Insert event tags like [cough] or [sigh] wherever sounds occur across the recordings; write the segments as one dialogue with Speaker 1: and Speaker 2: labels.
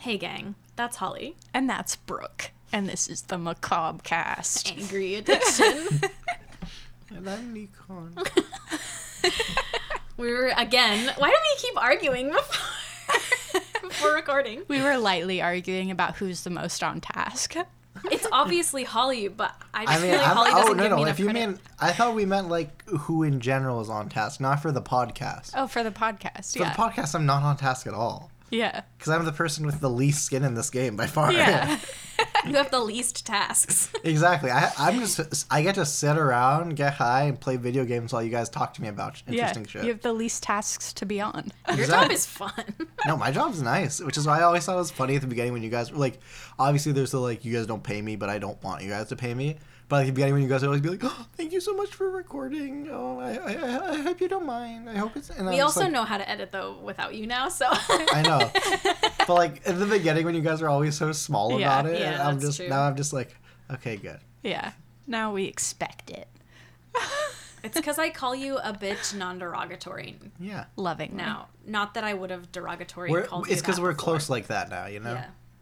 Speaker 1: Hey, gang. That's Holly.
Speaker 2: And that's Brooke. And this is the Macabre Cast.
Speaker 1: Angry addiction.
Speaker 3: And I'm Nikon.
Speaker 1: [laughs] we were again. Why do we keep arguing [laughs] before, before recording?
Speaker 2: We were lightly arguing about who's the most on task.
Speaker 1: It's obviously Holly, but I just
Speaker 3: I mean,
Speaker 1: feel like
Speaker 3: I'm,
Speaker 1: Holly doesn't
Speaker 3: oh
Speaker 1: give
Speaker 3: no,
Speaker 1: me
Speaker 3: no.
Speaker 1: enough
Speaker 3: If you
Speaker 1: credit.
Speaker 3: mean, I thought we meant like who in general is on task, not for the podcast.
Speaker 2: Oh, for the podcast.
Speaker 3: For
Speaker 2: yeah.
Speaker 3: the podcast, I'm not on task at all
Speaker 2: yeah.
Speaker 3: because I'm the person with the least skin in this game by far.
Speaker 2: Yeah.
Speaker 1: you have the least tasks.
Speaker 3: [laughs] exactly. I, I'm just I get to sit around, get high, and play video games while you guys talk to me about
Speaker 2: yeah.
Speaker 3: interesting shit.
Speaker 2: You have the least tasks to be on. [laughs]
Speaker 1: Your job
Speaker 3: Exactly.
Speaker 1: is
Speaker 3: [laughs]
Speaker 1: fun.
Speaker 3: No, my job's nice, which is why I always thought it was funny at the beginning when you guys were like, obviously there's the like, you guys don't pay me, but I don't want you guys to pay me. But at the beginning when you guys would always be like, oh, thank you so much for recording. Oh, I, I, I- I hope you don't mind. I hope it's. And
Speaker 1: We also know how to edit though without you now, so
Speaker 3: [laughs] I know. but like at the beginning when you guys are always so small
Speaker 2: Yeah,
Speaker 3: about it,
Speaker 1: yeah,
Speaker 3: and I'm
Speaker 1: that's
Speaker 3: just
Speaker 1: true.
Speaker 3: now I'm just like, okay, good.
Speaker 2: Yeah. Now we expect it.
Speaker 1: [laughs] it's because I call you a bitch non-derogatory
Speaker 3: Yeah.
Speaker 2: Loving
Speaker 1: now. Not that I would have derogatory
Speaker 3: We're,
Speaker 1: called you
Speaker 3: it's because
Speaker 1: that
Speaker 3: we're
Speaker 1: before.
Speaker 3: close like that now, you know.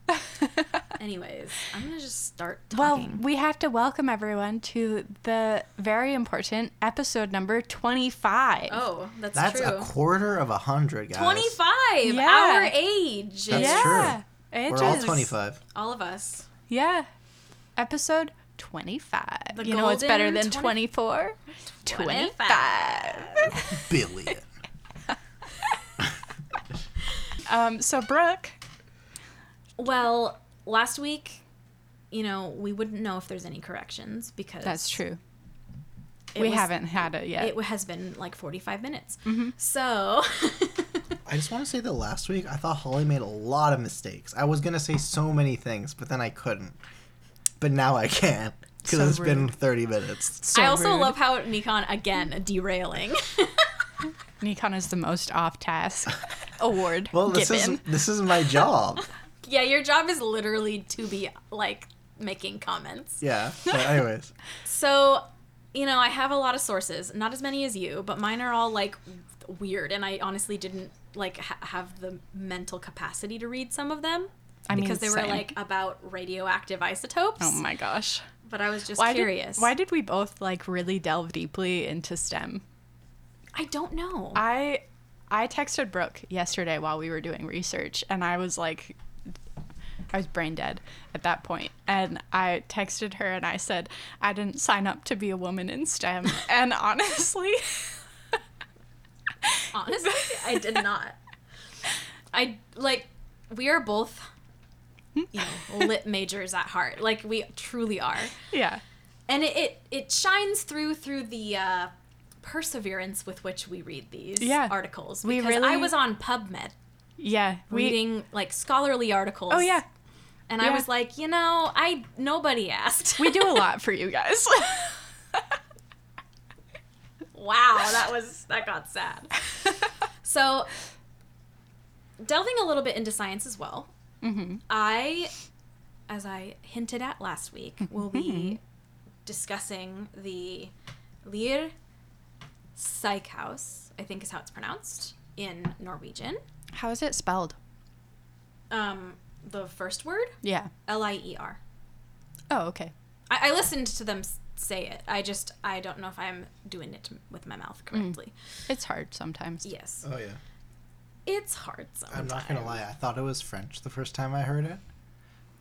Speaker 1: Yeah. [laughs] Anyways, I'm gonna just start
Speaker 2: Well,
Speaker 1: talking.
Speaker 2: we have to welcome everyone to the very important episode number 25.
Speaker 1: oh, that's,
Speaker 3: That's
Speaker 1: true.
Speaker 3: a quarter of a hundred, guys.
Speaker 1: 25
Speaker 2: Yeah.
Speaker 1: our age
Speaker 3: That's
Speaker 2: yeah. It
Speaker 3: We're all
Speaker 1: [laughs]
Speaker 2: is.
Speaker 3: twenty-five.
Speaker 1: all of us
Speaker 2: Yeah. Episode 25.
Speaker 1: The
Speaker 2: you know what's better
Speaker 1: golden
Speaker 2: than
Speaker 1: 20
Speaker 2: 24?
Speaker 1: 25.
Speaker 2: 25.
Speaker 3: Billion.
Speaker 2: um, so, Brooke.
Speaker 1: well last week you know we wouldn't know if there's any corrections because
Speaker 2: That's true.
Speaker 1: it
Speaker 2: we
Speaker 1: was-
Speaker 2: haven't had it yet.
Speaker 1: it has been like 45 minutes so [laughs]
Speaker 3: I just want to say that last week I thought Holly made a lot of mistakes. I was gonna say so many things, but then I couldn't. But now I can because
Speaker 2: So
Speaker 3: it's been
Speaker 2: rude.
Speaker 3: thirty minutes.
Speaker 2: So
Speaker 1: i also
Speaker 2: rude.
Speaker 1: love how nikon again derailing [laughs]
Speaker 2: Nikon is the most off task [laughs] award
Speaker 3: Well, this
Speaker 2: given.
Speaker 3: is this is my job.
Speaker 1: yeah your job is literally to be like making comments
Speaker 3: yeah. But anyways,
Speaker 1: so you know i have a lot of sources not as many as you but mine are all like weird and i honestly didn't like ha- have the mental capacity to read some of them
Speaker 2: I mean,
Speaker 1: because they were
Speaker 2: same.
Speaker 1: like about radioactive isotopes
Speaker 2: Oh my gosh.
Speaker 1: but I was just
Speaker 2: Why
Speaker 1: curious.
Speaker 2: Did, why did we both like really delve deeply into STEM?
Speaker 1: I don't know.
Speaker 2: I I texted Brooke yesterday while we were doing research and I was like I was brain dead at that point and I texted her and I said I didn't sign up to be a woman in [laughs] STEM and honestly
Speaker 1: [laughs]
Speaker 2: [laughs]
Speaker 1: Honestly, I
Speaker 2: [laughs]
Speaker 1: did not. I like we are both
Speaker 2: Hmm?
Speaker 1: you know, lit majors at heart. Like we truly are.
Speaker 2: yeah
Speaker 1: And it it, it shines through through the uh perseverance with which we read these
Speaker 2: Yeah.
Speaker 1: articles
Speaker 2: We
Speaker 1: because I
Speaker 2: really-
Speaker 1: was on PubMed
Speaker 2: yeah we-
Speaker 1: reading like scholarly articles.
Speaker 2: Oh yeah
Speaker 1: And I
Speaker 2: yeah.
Speaker 1: was like, you know, I nobody asked.
Speaker 2: we do a lot for you guys
Speaker 1: [laughs] wow, that was that got sad. So, delving a little bit into science as well, I, as I hinted at last week, will be discussing the Lier Psychhaus, I think is how it's pronounced in Norwegian.
Speaker 2: [laughs] How is it spelled?
Speaker 1: Um, the first word,
Speaker 2: Yeah.
Speaker 1: L I E R.
Speaker 2: Oh, okay.
Speaker 1: I, I listened to them s- say it. I just, I don't know if I'm doing it with my mouth correctly.
Speaker 2: It's hard sometimes.
Speaker 1: Yes.
Speaker 3: oh yeah.
Speaker 1: It's hard sometimes.
Speaker 3: I'm not gonna lie. I thought it was French the first time I heard it,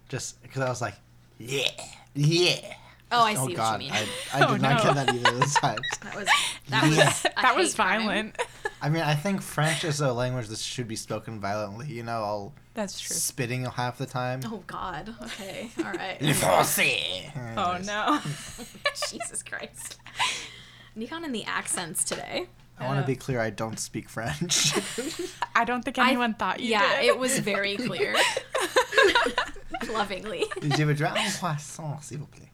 Speaker 3: just because I was like, yeah, yeah.
Speaker 1: Oh, I see
Speaker 3: oh
Speaker 1: what
Speaker 3: God,
Speaker 1: you mean. [laughs]
Speaker 3: I, I did
Speaker 2: Oh,
Speaker 3: not
Speaker 2: no.
Speaker 3: get that either this time.
Speaker 1: That was that was
Speaker 3: Yeah.
Speaker 1: a
Speaker 2: [laughs] that was
Speaker 1: hate crime.
Speaker 2: violent.
Speaker 3: I mean, I think French is a language that should be spoken violently. You know, all
Speaker 2: [laughs] That's true.
Speaker 3: spitting half the time.
Speaker 1: Oh God. Okay. All
Speaker 3: Le
Speaker 1: right.
Speaker 3: français.
Speaker 2: Oh
Speaker 3: Anyways.
Speaker 2: no.
Speaker 1: [laughs]
Speaker 2: [laughs]
Speaker 1: Jesus Christ. Nikon and the accents today.
Speaker 3: I want to be clear. I don't
Speaker 1: [laughs]
Speaker 3: speak French.
Speaker 2: I don't think
Speaker 1: I-
Speaker 2: anyone thought you
Speaker 1: yeah,
Speaker 2: did.
Speaker 1: it
Speaker 2: [laughs]
Speaker 1: was very clear. Lovingly.
Speaker 3: Je
Speaker 2: [laughs]
Speaker 3: veux dire un Oh, croissant, s'il vous plaît.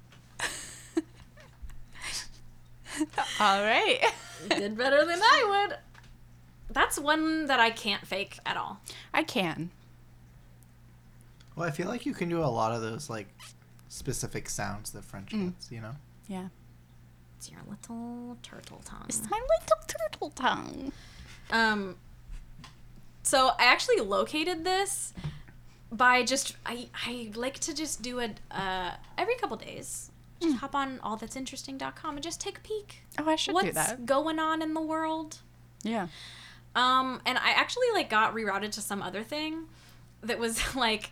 Speaker 2: All right.
Speaker 1: Did better than I would. That's one that I can't fake at all.
Speaker 2: I can.
Speaker 3: Well, I feel like you can do a lot of those like specific sounds that French
Speaker 1: Mm.
Speaker 3: has. You know.
Speaker 2: Yeah.
Speaker 1: It's your little turtle tongue.
Speaker 2: my little turtle tongue.
Speaker 1: Um. So I actually located this, by just I I like to just do it uh, every couple days.
Speaker 2: Hmm.
Speaker 1: Just hop on allthat'sinteresting.com and just take a peek.
Speaker 2: Oh, I should
Speaker 1: What's
Speaker 2: do that.
Speaker 1: going on in the world?
Speaker 2: Yeah.
Speaker 1: Um, and I actually like got rerouted to some other thing that was [laughs] like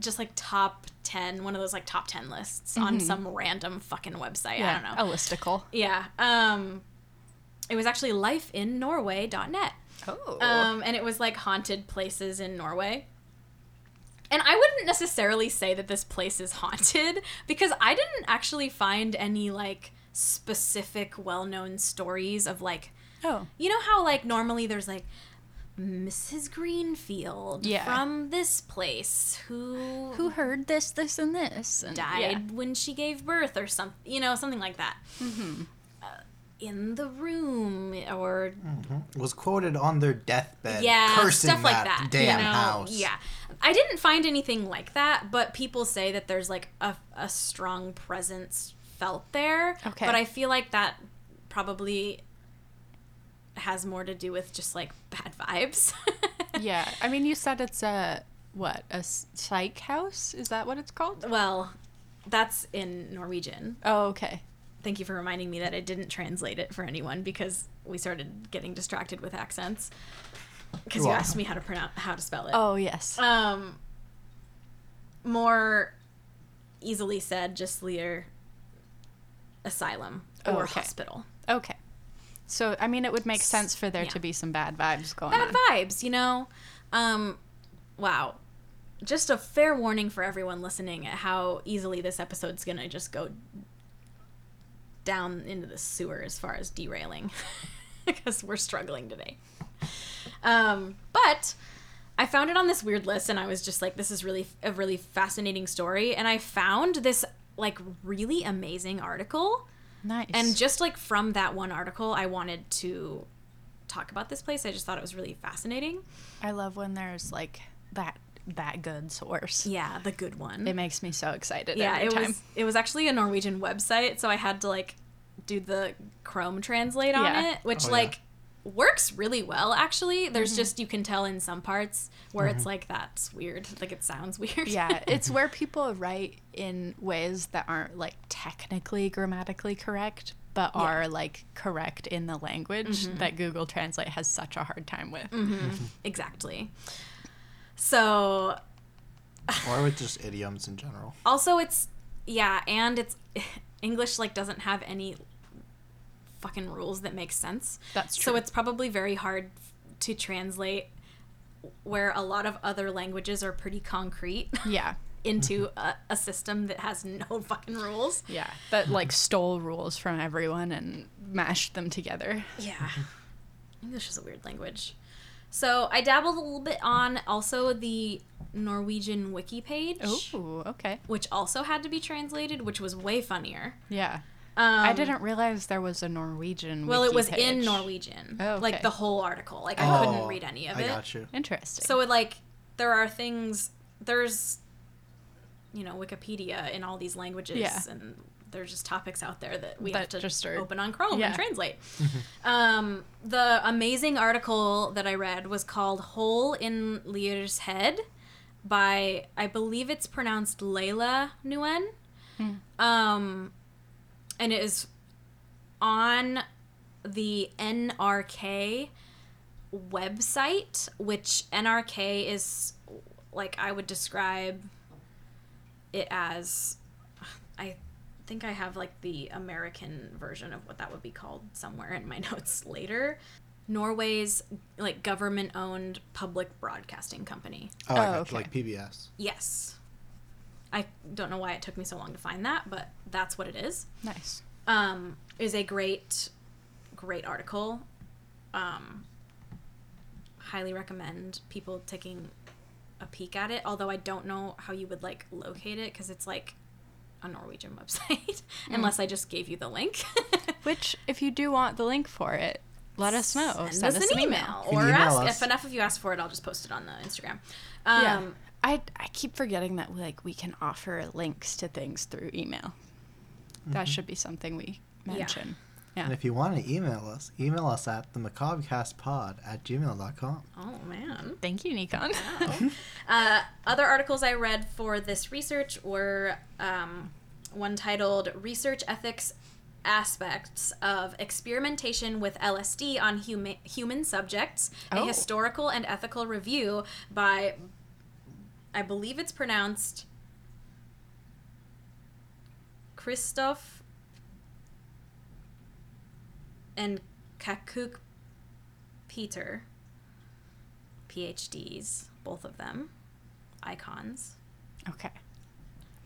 Speaker 1: just like top ten, one of those like top ten lists on
Speaker 2: Mm-hmm.
Speaker 1: some random fucking website. I don't know.
Speaker 2: A listicle.
Speaker 1: Yeah. Um, it was actually lifeinnorway.net.
Speaker 2: Oh.
Speaker 1: Um, and it was like haunted places in Norway. And I wouldn't necessarily say that this place is [laughs] haunted because I didn't actually find any like specific well known stories of like,
Speaker 2: oh.
Speaker 1: you know how like normally there's like Mrs. Greenfield
Speaker 2: Yeah.
Speaker 1: from this place who
Speaker 2: Who heard this, this, and this? And,
Speaker 1: died
Speaker 2: [laughs] yeah.
Speaker 1: when she gave birth or something you know something like that
Speaker 2: Mm-hmm.
Speaker 1: uh, in the room or
Speaker 3: was quoted on their deathbed,
Speaker 1: yeah
Speaker 3: cursing
Speaker 1: stuff like
Speaker 3: that,
Speaker 1: that
Speaker 3: damn
Speaker 1: you know?
Speaker 3: house.
Speaker 1: yeah i didn't find anything like that but people say that there's like a, a strong presence felt there
Speaker 2: Okay.
Speaker 1: but i feel like that probably has more to do with just like bad vibes [laughs]
Speaker 2: Yeah. I mean, you said it's a, what, a s- psych house? Is that what it's called?
Speaker 1: well that's in norwegian
Speaker 2: Oh, okay.
Speaker 1: Thank you for reminding me that I didn't translate it for anyone because we started getting distracted with accents. Because you
Speaker 3: You're
Speaker 1: asked
Speaker 3: welcome.
Speaker 1: me how to pronounce how to spell it.
Speaker 2: Oh, yes.
Speaker 1: Um, more easily said, just Lear asylum
Speaker 2: Oh,
Speaker 1: or
Speaker 2: okay.
Speaker 1: hospital.
Speaker 2: Okay. So, I mean, it would make sense for there
Speaker 1: yeah.
Speaker 2: to be some bad vibes going
Speaker 1: Bad
Speaker 2: on.
Speaker 1: vibes, you know. Um, wow. Just a fair warning for everyone listening at how easily this episode's gonna just go down into the sewer as far as derailing [laughs] because we're struggling today. Um, but I found it on this weird list and I was just like this is really a really fascinating story and I found this like really amazing article
Speaker 2: Nice.
Speaker 1: and just like from that one article, I wanted to talk about this place. I just thought it was really fascinating.
Speaker 2: I love when there's like that that good source.
Speaker 1: Yeah, the good one.
Speaker 2: It makes me so excited
Speaker 1: yeah,
Speaker 2: every
Speaker 1: it
Speaker 2: time.
Speaker 1: was it was actually a Norwegian website, so I had to like do the Chrome translate on
Speaker 2: Yeah.
Speaker 1: it, which
Speaker 3: Oh, yeah.
Speaker 1: like works really well actually. There's just you can tell in some parts where
Speaker 3: Mm-hmm.
Speaker 1: it's like that's weird, like it sounds [laughs] weird.
Speaker 2: [laughs] yeah, it's where people write in ways that aren't like technically grammatically correct, but are like correct in the language
Speaker 1: Mm-hmm.
Speaker 2: that Google Translate has such a hard time with.
Speaker 1: exactly. So,
Speaker 3: Or with just idioms in general.
Speaker 1: also it's yeah and it's [laughs] english like doesn't have any fucking rules that make sense
Speaker 2: That's
Speaker 1: so
Speaker 2: true.
Speaker 1: it's probably very hard to translate where a lot of other languages are pretty concrete [laughs]
Speaker 2: Yeah. [laughs]
Speaker 1: into a, a system that has no [laughs] fucking rules
Speaker 2: Yeah. That like stole rules from everyone and mashed them together.
Speaker 1: Yeah. [laughs] English is a weird language. So I dabbled a little bit on also the Norwegian wiki page,
Speaker 2: Oh, okay.
Speaker 1: which also had to be translated, which was way funnier.
Speaker 2: Yeah.
Speaker 1: Um,
Speaker 2: I didn't realize there was a Norwegian.
Speaker 1: Well, it
Speaker 2: wiki
Speaker 1: was in
Speaker 2: page.
Speaker 1: Norwegian.
Speaker 2: Oh,
Speaker 1: Like
Speaker 2: okay.
Speaker 1: the whole article. Like I couldn't read any of
Speaker 3: Oh, I
Speaker 1: it.
Speaker 3: got you.
Speaker 2: Interesting.
Speaker 1: So it like there are things there's you know Wikipedia in all these languages
Speaker 2: Yeah.
Speaker 1: and there's just topics out there that we
Speaker 2: That
Speaker 1: have to
Speaker 2: just are-
Speaker 1: open on Chrome
Speaker 2: yeah.
Speaker 1: and translate. um, the amazing article that I read was called "Hole in Lear's Head" by I believe it's pronounced Layla Nguyen. Um, and it is on the NRK website, which NRK is like I would describe it as I think I have like the American version of what that would be called somewhere in my [laughs] notes later. Norway's like government owned public broadcasting company.
Speaker 3: Oh, I
Speaker 2: Oh,
Speaker 3: got
Speaker 2: okay.
Speaker 3: you. Like PBS.
Speaker 1: Oh. Yes. I don't know why it took me so long to find that, but that's what it is
Speaker 2: nice.
Speaker 1: um, is a great, great article. Um, highly recommend people taking a peek at it. Although I don't know how you would like locate it because it's like a Norwegian website, [laughs] unless I just gave you the link.
Speaker 2: Mm. [laughs] Which, if you do want the link for it, let us know.
Speaker 1: Send, us, an, email,
Speaker 3: You
Speaker 1: or
Speaker 3: can email
Speaker 1: ask
Speaker 3: us.
Speaker 1: if enough of you ask for it, I'll just post it on the Instagram. Um,
Speaker 2: Yeah. I, I keep forgetting that like we can offer links to things through email. That should be something we mention. Mm-hmm. Yeah.
Speaker 3: And if you want to email us, email us at the macabrecastpod at gmail.com.
Speaker 1: Oh man.
Speaker 2: Thank you, Nikon.
Speaker 1: Uh, other articles I read for this research were um, one titled "Research Ethics Aspects of Experimentation with LSD on huma- Human Subjects:
Speaker 2: Oh.
Speaker 1: A Historical and Ethical Review" by, I believe it's pronounced Christoph and Kakuk Peter, PhDs, both of them, icons.
Speaker 2: [laughs] okay.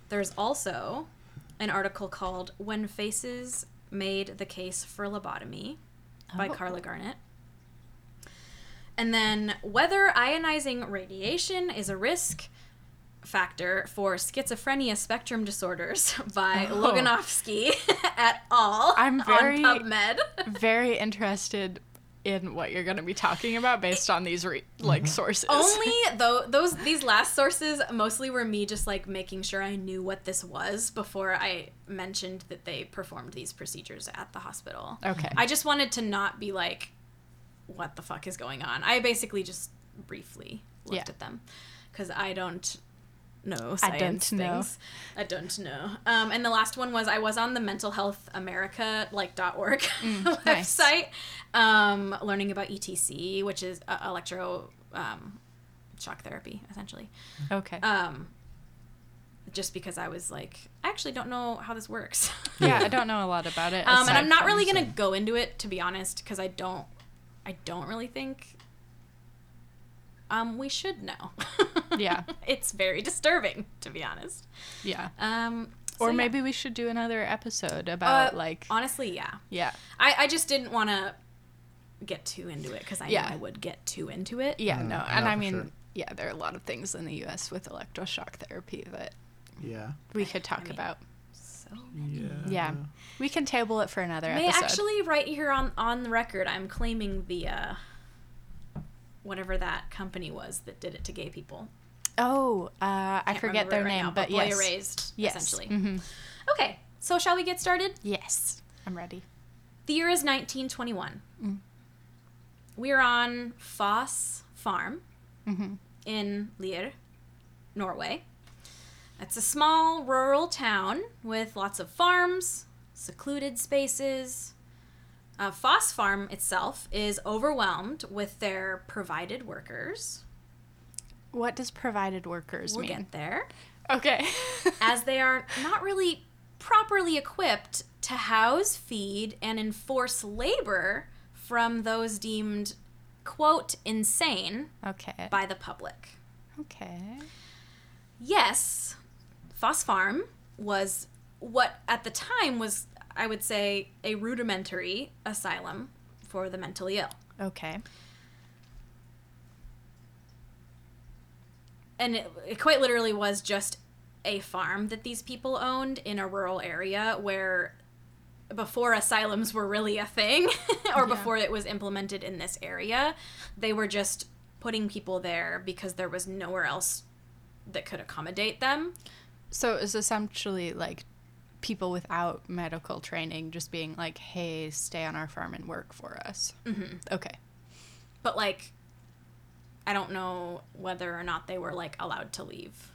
Speaker 1: There's also an article called When Faces Made the Case for Lobotomy by
Speaker 2: Oh.
Speaker 1: Carla Garnett. And then whether ionizing radiation is a risk factor for schizophrenia spectrum disorders [laughs] by
Speaker 2: Oh.
Speaker 1: Loganovsky [laughs] et al.
Speaker 2: I'm very-
Speaker 1: on PubMed. [laughs]
Speaker 2: Very interested in what you're going to be talking about based on these re- like sources.
Speaker 1: Mm-hmm. only though those these last sources mostly were me just like making sure I knew what this was before I mentioned that they performed these procedures at the hospital.
Speaker 2: Okay.
Speaker 1: I just wanted to not be like what the fuck is going on. I basically just briefly looked
Speaker 2: Yeah.
Speaker 1: at them cuz I don't know
Speaker 2: I don't
Speaker 1: science
Speaker 2: know.
Speaker 1: things. I don't know. Um, and the last one was I was on the Mental Health America like dot org [laughs]
Speaker 2: Mm, nice.
Speaker 1: website, um, learning about ETC, which is uh, electro um, shock therapy essentially.
Speaker 2: okay.
Speaker 1: Um, just because I was like, I actually don't know how this works. [laughs]
Speaker 2: yeah, I don't know a lot about it.
Speaker 1: um, and
Speaker 2: aside
Speaker 1: I'm not
Speaker 2: from-
Speaker 1: really gonna go into it to be honest, because I don't, I don't really think. Um, we should know. [laughs]
Speaker 2: Yeah.
Speaker 1: it's very disturbing to be honest.
Speaker 2: Yeah.
Speaker 1: Um, so
Speaker 2: Or
Speaker 1: yeah.
Speaker 2: maybe we should do another episode about
Speaker 1: Uh,
Speaker 2: like
Speaker 1: honestly, yeah.
Speaker 2: yeah.
Speaker 1: I, I just didn't want to get too into it because I
Speaker 2: Yeah. E-
Speaker 1: knew I would get too into it.
Speaker 2: Yeah,
Speaker 3: Mm,
Speaker 2: no.
Speaker 3: yeah,
Speaker 2: And I
Speaker 3: for
Speaker 2: mean,
Speaker 3: sure.
Speaker 2: yeah, there are a lot of things in the US with electroshock therapy that
Speaker 3: Yeah.
Speaker 2: we could talk
Speaker 1: mean,
Speaker 2: about.
Speaker 1: So
Speaker 3: Yeah.
Speaker 2: Yeah. We can table it for another
Speaker 1: may
Speaker 2: episode.
Speaker 1: actually right here on on the record, I'm claiming the uh, whatever that company was that did it to gay people.
Speaker 2: oh, uh, I
Speaker 1: Can't
Speaker 2: forget
Speaker 1: remember
Speaker 2: their
Speaker 1: it right
Speaker 2: name,
Speaker 1: now,
Speaker 2: but
Speaker 1: Boy
Speaker 2: yes.
Speaker 1: Erased,
Speaker 2: yes.
Speaker 1: essentially.
Speaker 2: Mhm.
Speaker 1: Okay, so shall we get started?
Speaker 2: Yes. I'm ready.
Speaker 1: The year is 1921. We're on Foss Farm in Lier, Norway. It's a small rural town with lots of farms, secluded spaces. Uh, Foss Farm itself is overwhelmed with their provided workers.
Speaker 2: What does provided workers
Speaker 1: We'll
Speaker 2: mean?
Speaker 1: get there.
Speaker 2: Okay.
Speaker 1: as they are not really properly equipped to house, feed, and enforce labor from those deemed, quote, insane
Speaker 2: okay.
Speaker 1: by the public.
Speaker 2: Okay.
Speaker 1: Yes, Foss Farm was what at the time was, I would say, a rudimentary asylum for the mentally ill.
Speaker 2: Okay.
Speaker 1: and it, it quite literally was just a farm that these people owned in a rural area where before asylums were really a thing [laughs] or before it was implemented in this area they were just putting people there because there was nowhere else that could accommodate them
Speaker 2: So it was essentially like people without medical training just being like, hey, stay on our farm and work for us. Mm-hmm. Okay.
Speaker 1: but like i don't know whether or not they were like allowed to leave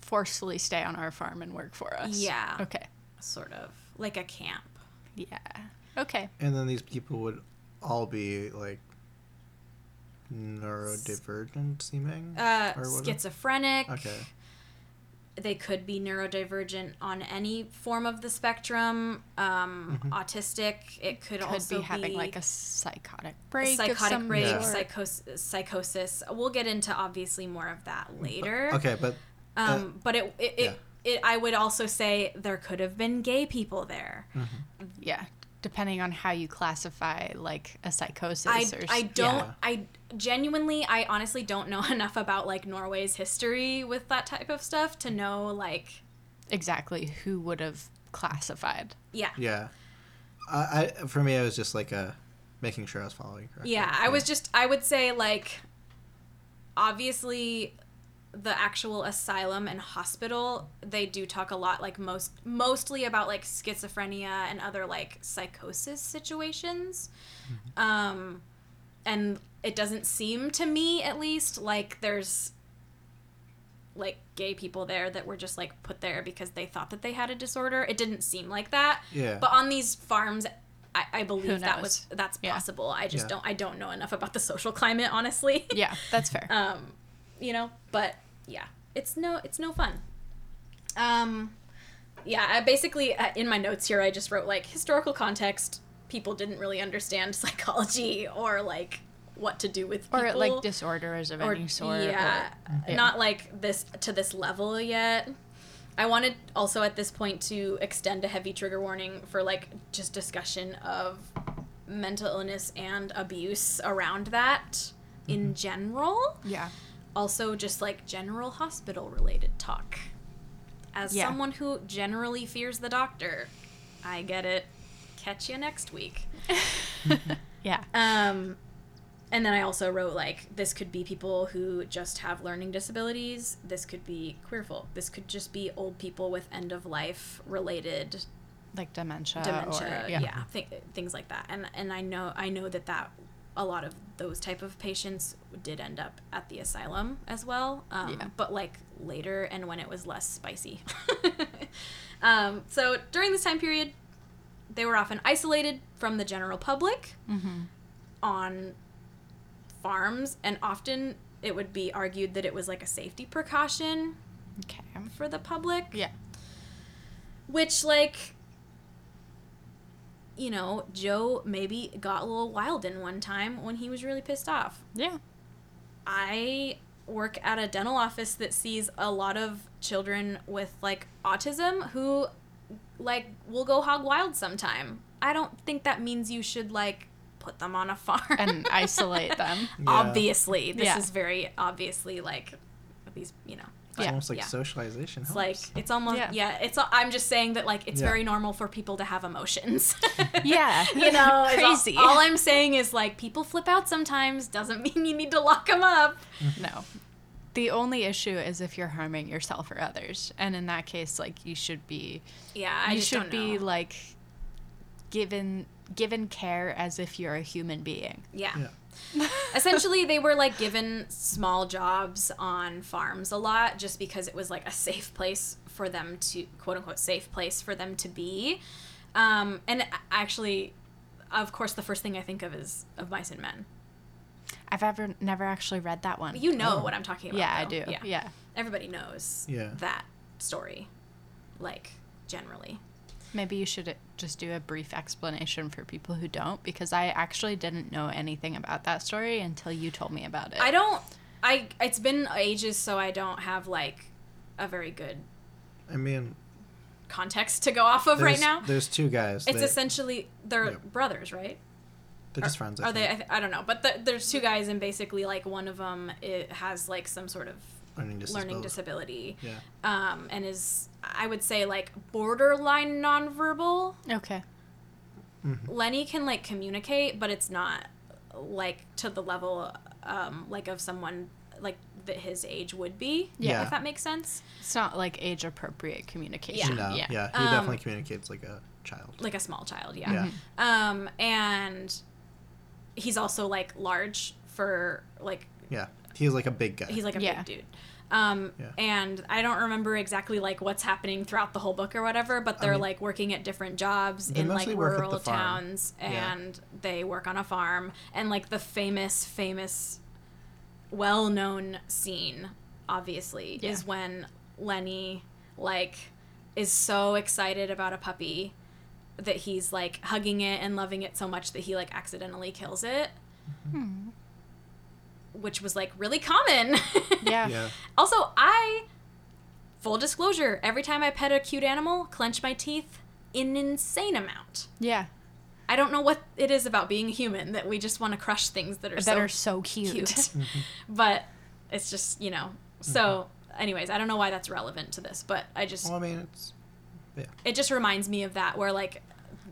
Speaker 2: Forcefully stay on our farm and work for us.
Speaker 1: Yeah.
Speaker 2: Okay.
Speaker 1: sort of like a camp
Speaker 2: Yeah. Okay.
Speaker 3: And then these people would all be like neurodivergent seeming?
Speaker 1: uh,
Speaker 3: Or what-
Speaker 1: schizophrenic
Speaker 3: Okay.
Speaker 1: they could be neurodivergent on any form of the spectrum um,
Speaker 3: Mm-hmm.
Speaker 1: autistic it could,
Speaker 2: Could
Speaker 1: also
Speaker 2: be having like a psychotic break. of
Speaker 1: psychotic
Speaker 2: some
Speaker 1: break
Speaker 3: Yeah.
Speaker 2: sort.
Speaker 1: psychos- psychosis we'll get into obviously more of that later
Speaker 3: Okay, but
Speaker 1: um, but it it, it,
Speaker 3: yeah.
Speaker 1: it i would also say there could have been gay people there
Speaker 3: Mm-hmm.
Speaker 2: yeah. Depending on how you classify like a psychosis
Speaker 1: I,
Speaker 2: or
Speaker 1: I
Speaker 2: s-
Speaker 1: don't
Speaker 2: yeah.
Speaker 1: I genuinely I honestly don't know [laughs] enough about like Norway's history with that type of stuff to know like
Speaker 2: exactly who would have classified.
Speaker 1: yeah
Speaker 3: yeah. I, I for me it was just like a making sure I was following correctly.
Speaker 1: Yeah, I was just I would say like obviously the actual asylum and hospital, they do talk a lot like most mostly about like schizophrenia and other like psychosis situations. Um and it doesn't seem to me at least like there's like gay people there that were just like put there because they thought that they had a disorder. It didn't seem like that.
Speaker 3: Yeah.
Speaker 1: But on these farms I, I
Speaker 2: Who
Speaker 1: believe that was
Speaker 2: knows?
Speaker 1: that's
Speaker 2: Yeah.
Speaker 1: possible. I just
Speaker 3: Yeah.
Speaker 1: don't I don't know enough about the social climate honestly. [laughs]
Speaker 2: Yeah, that's fair.
Speaker 1: um you know but yeah it's no it's no fun um yeah i basically uh, in my notes here i just wrote like historical context people didn't really understand [laughs] psychology or like what to do with people
Speaker 2: or like disorders of
Speaker 1: or-
Speaker 2: any sort.
Speaker 1: yeah,
Speaker 2: yeah.
Speaker 1: not like this to this level yet i wanted also at this point to extend a heavy trigger warning for like just discussion of mental illness and abuse around that
Speaker 2: Mm-hmm.
Speaker 1: in general
Speaker 2: yeah.
Speaker 1: also just like general hospital related talk. As
Speaker 2: Yeah.
Speaker 1: someone who generally fears the doctor, I get it. Catch you next week.
Speaker 2: Yeah.
Speaker 1: Um, and then I also wrote like this could be people who just have learning disabilities. This could be queer folk. This could just be old people with end of life related
Speaker 2: Like dementia.
Speaker 1: dementia,
Speaker 2: Uh, Or,
Speaker 1: yeah, thi- things like that. And and I know I know that that a lot of those type of patients did end up at the asylum as well, um,
Speaker 2: Yeah.
Speaker 1: but like later and when it was less spicy. [laughs] um, so during this time period, they were often isolated from the general public
Speaker 2: Mm-hmm.
Speaker 1: on farms, and often it would be argued that it was like a safety precaution
Speaker 2: Okay.
Speaker 1: for the public
Speaker 2: Yeah.
Speaker 1: which like you know joe maybe got a little wild in one time when he was really pissed off
Speaker 2: Yeah.
Speaker 1: i work at a dental office that sees a lot of children with like autism who like will go hog wild sometime i don't think that means you should like put them on a farm [laughs]
Speaker 2: And isolate them.
Speaker 3: Yeah.
Speaker 1: obviously this
Speaker 2: Yeah.
Speaker 1: is very obviously like these you know
Speaker 3: It's
Speaker 2: Yeah.
Speaker 3: almost like
Speaker 1: Yeah.
Speaker 3: socialization.
Speaker 1: it's like
Speaker 3: helps.
Speaker 1: it's almost
Speaker 2: Yeah.
Speaker 1: yeah, it's i'm just saying that like it's
Speaker 3: Yeah.
Speaker 1: very normal for people to have emotions
Speaker 2: [laughs]
Speaker 1: [laughs]
Speaker 2: Yeah. [laughs]
Speaker 1: you know is all-
Speaker 2: Crazy.
Speaker 1: all, i'm saying is like people flip out sometimes doesn't [laughs] mean you need to lock them up
Speaker 2: No. The only issue is if you're harming yourself or others. And in that case, like you should be
Speaker 1: yeah i
Speaker 2: you
Speaker 1: just
Speaker 2: should
Speaker 1: don't know.
Speaker 2: be like given given care as if you're a human being.
Speaker 1: yeah,
Speaker 3: yeah.
Speaker 2: [laughs]
Speaker 1: essentially they were like given small jobs on farms a lot just because it was like a safe place for them to quote unquote safe place for them to be um, and a- actually of course the first thing i think of is of mice and men
Speaker 2: I've ever never actually read that one.
Speaker 1: you
Speaker 3: Oh.
Speaker 1: know what i'm talking about
Speaker 2: yeah, I
Speaker 1: though.
Speaker 2: do. Yeah.
Speaker 1: everybody knows
Speaker 3: Yeah.
Speaker 1: that story like generally
Speaker 2: Maybe you should just do a brief explanation for people who don't because I actually didn't know anything about that story until you told me about it.
Speaker 1: i don't i it's been ages so i don't have like a very good
Speaker 3: I mean,
Speaker 1: context to go off of
Speaker 3: there's,
Speaker 1: right now
Speaker 3: there's two guys.
Speaker 1: it's
Speaker 3: they,
Speaker 1: essentially they're
Speaker 3: Yeah.
Speaker 1: brothers right
Speaker 3: they're just friends. I
Speaker 1: are they I,
Speaker 3: think.
Speaker 1: th- I don't know but the, there's two guys and basically like one of them it has like some sort of
Speaker 3: learning disability?
Speaker 1: learning disability
Speaker 3: Yeah.
Speaker 1: um, and is i would say like borderline nonverbal
Speaker 2: Okay.
Speaker 1: Lenny can like communicate, but it's not like to the level um like of someone like that his age would be.
Speaker 2: Yeah.
Speaker 1: If that makes sense.
Speaker 2: It's not like age appropriate communication.
Speaker 3: No, yeah,
Speaker 2: yeah.
Speaker 3: he
Speaker 1: Um,
Speaker 3: definitely communicates like a child.
Speaker 1: Like a small child, yeah.
Speaker 3: Yeah,
Speaker 1: Um and he's also like large for like
Speaker 3: yeah, he's like a big guy.
Speaker 1: Mm-hmm. he's like a
Speaker 2: Yeah.
Speaker 1: big dude. Um
Speaker 3: Yeah.
Speaker 1: and I don't remember exactly like what's happening throughout the whole book or whatever, but they're
Speaker 3: mean,
Speaker 1: like working at different jobs
Speaker 3: they
Speaker 1: in like
Speaker 3: mostly work at the
Speaker 1: rural
Speaker 3: farm.
Speaker 1: towns
Speaker 3: Yeah.
Speaker 1: and they work on a farm and like the famous famous well known scene, obviously,
Speaker 2: Yeah.
Speaker 1: is when Lenny, like, is so excited about a puppy that he's, like, hugging it and loving it so much that he, like, accidentally kills it.
Speaker 2: Hmm.
Speaker 1: Which was, like, really common. [laughs]
Speaker 2: Yeah.
Speaker 3: yeah,
Speaker 1: also, I, full disclosure, every time I pet a cute animal, clench my teeth an insane amount.
Speaker 2: Yeah.
Speaker 1: I don't know what it is about being human that we just want to crush things that are
Speaker 2: That
Speaker 1: so
Speaker 2: are so cute. [laughs]
Speaker 1: cute. but it's just, you know. So, anyways, I don't know why that's relevant to this, but I just
Speaker 3: Well, I mean, it's
Speaker 1: it just reminds me of that where like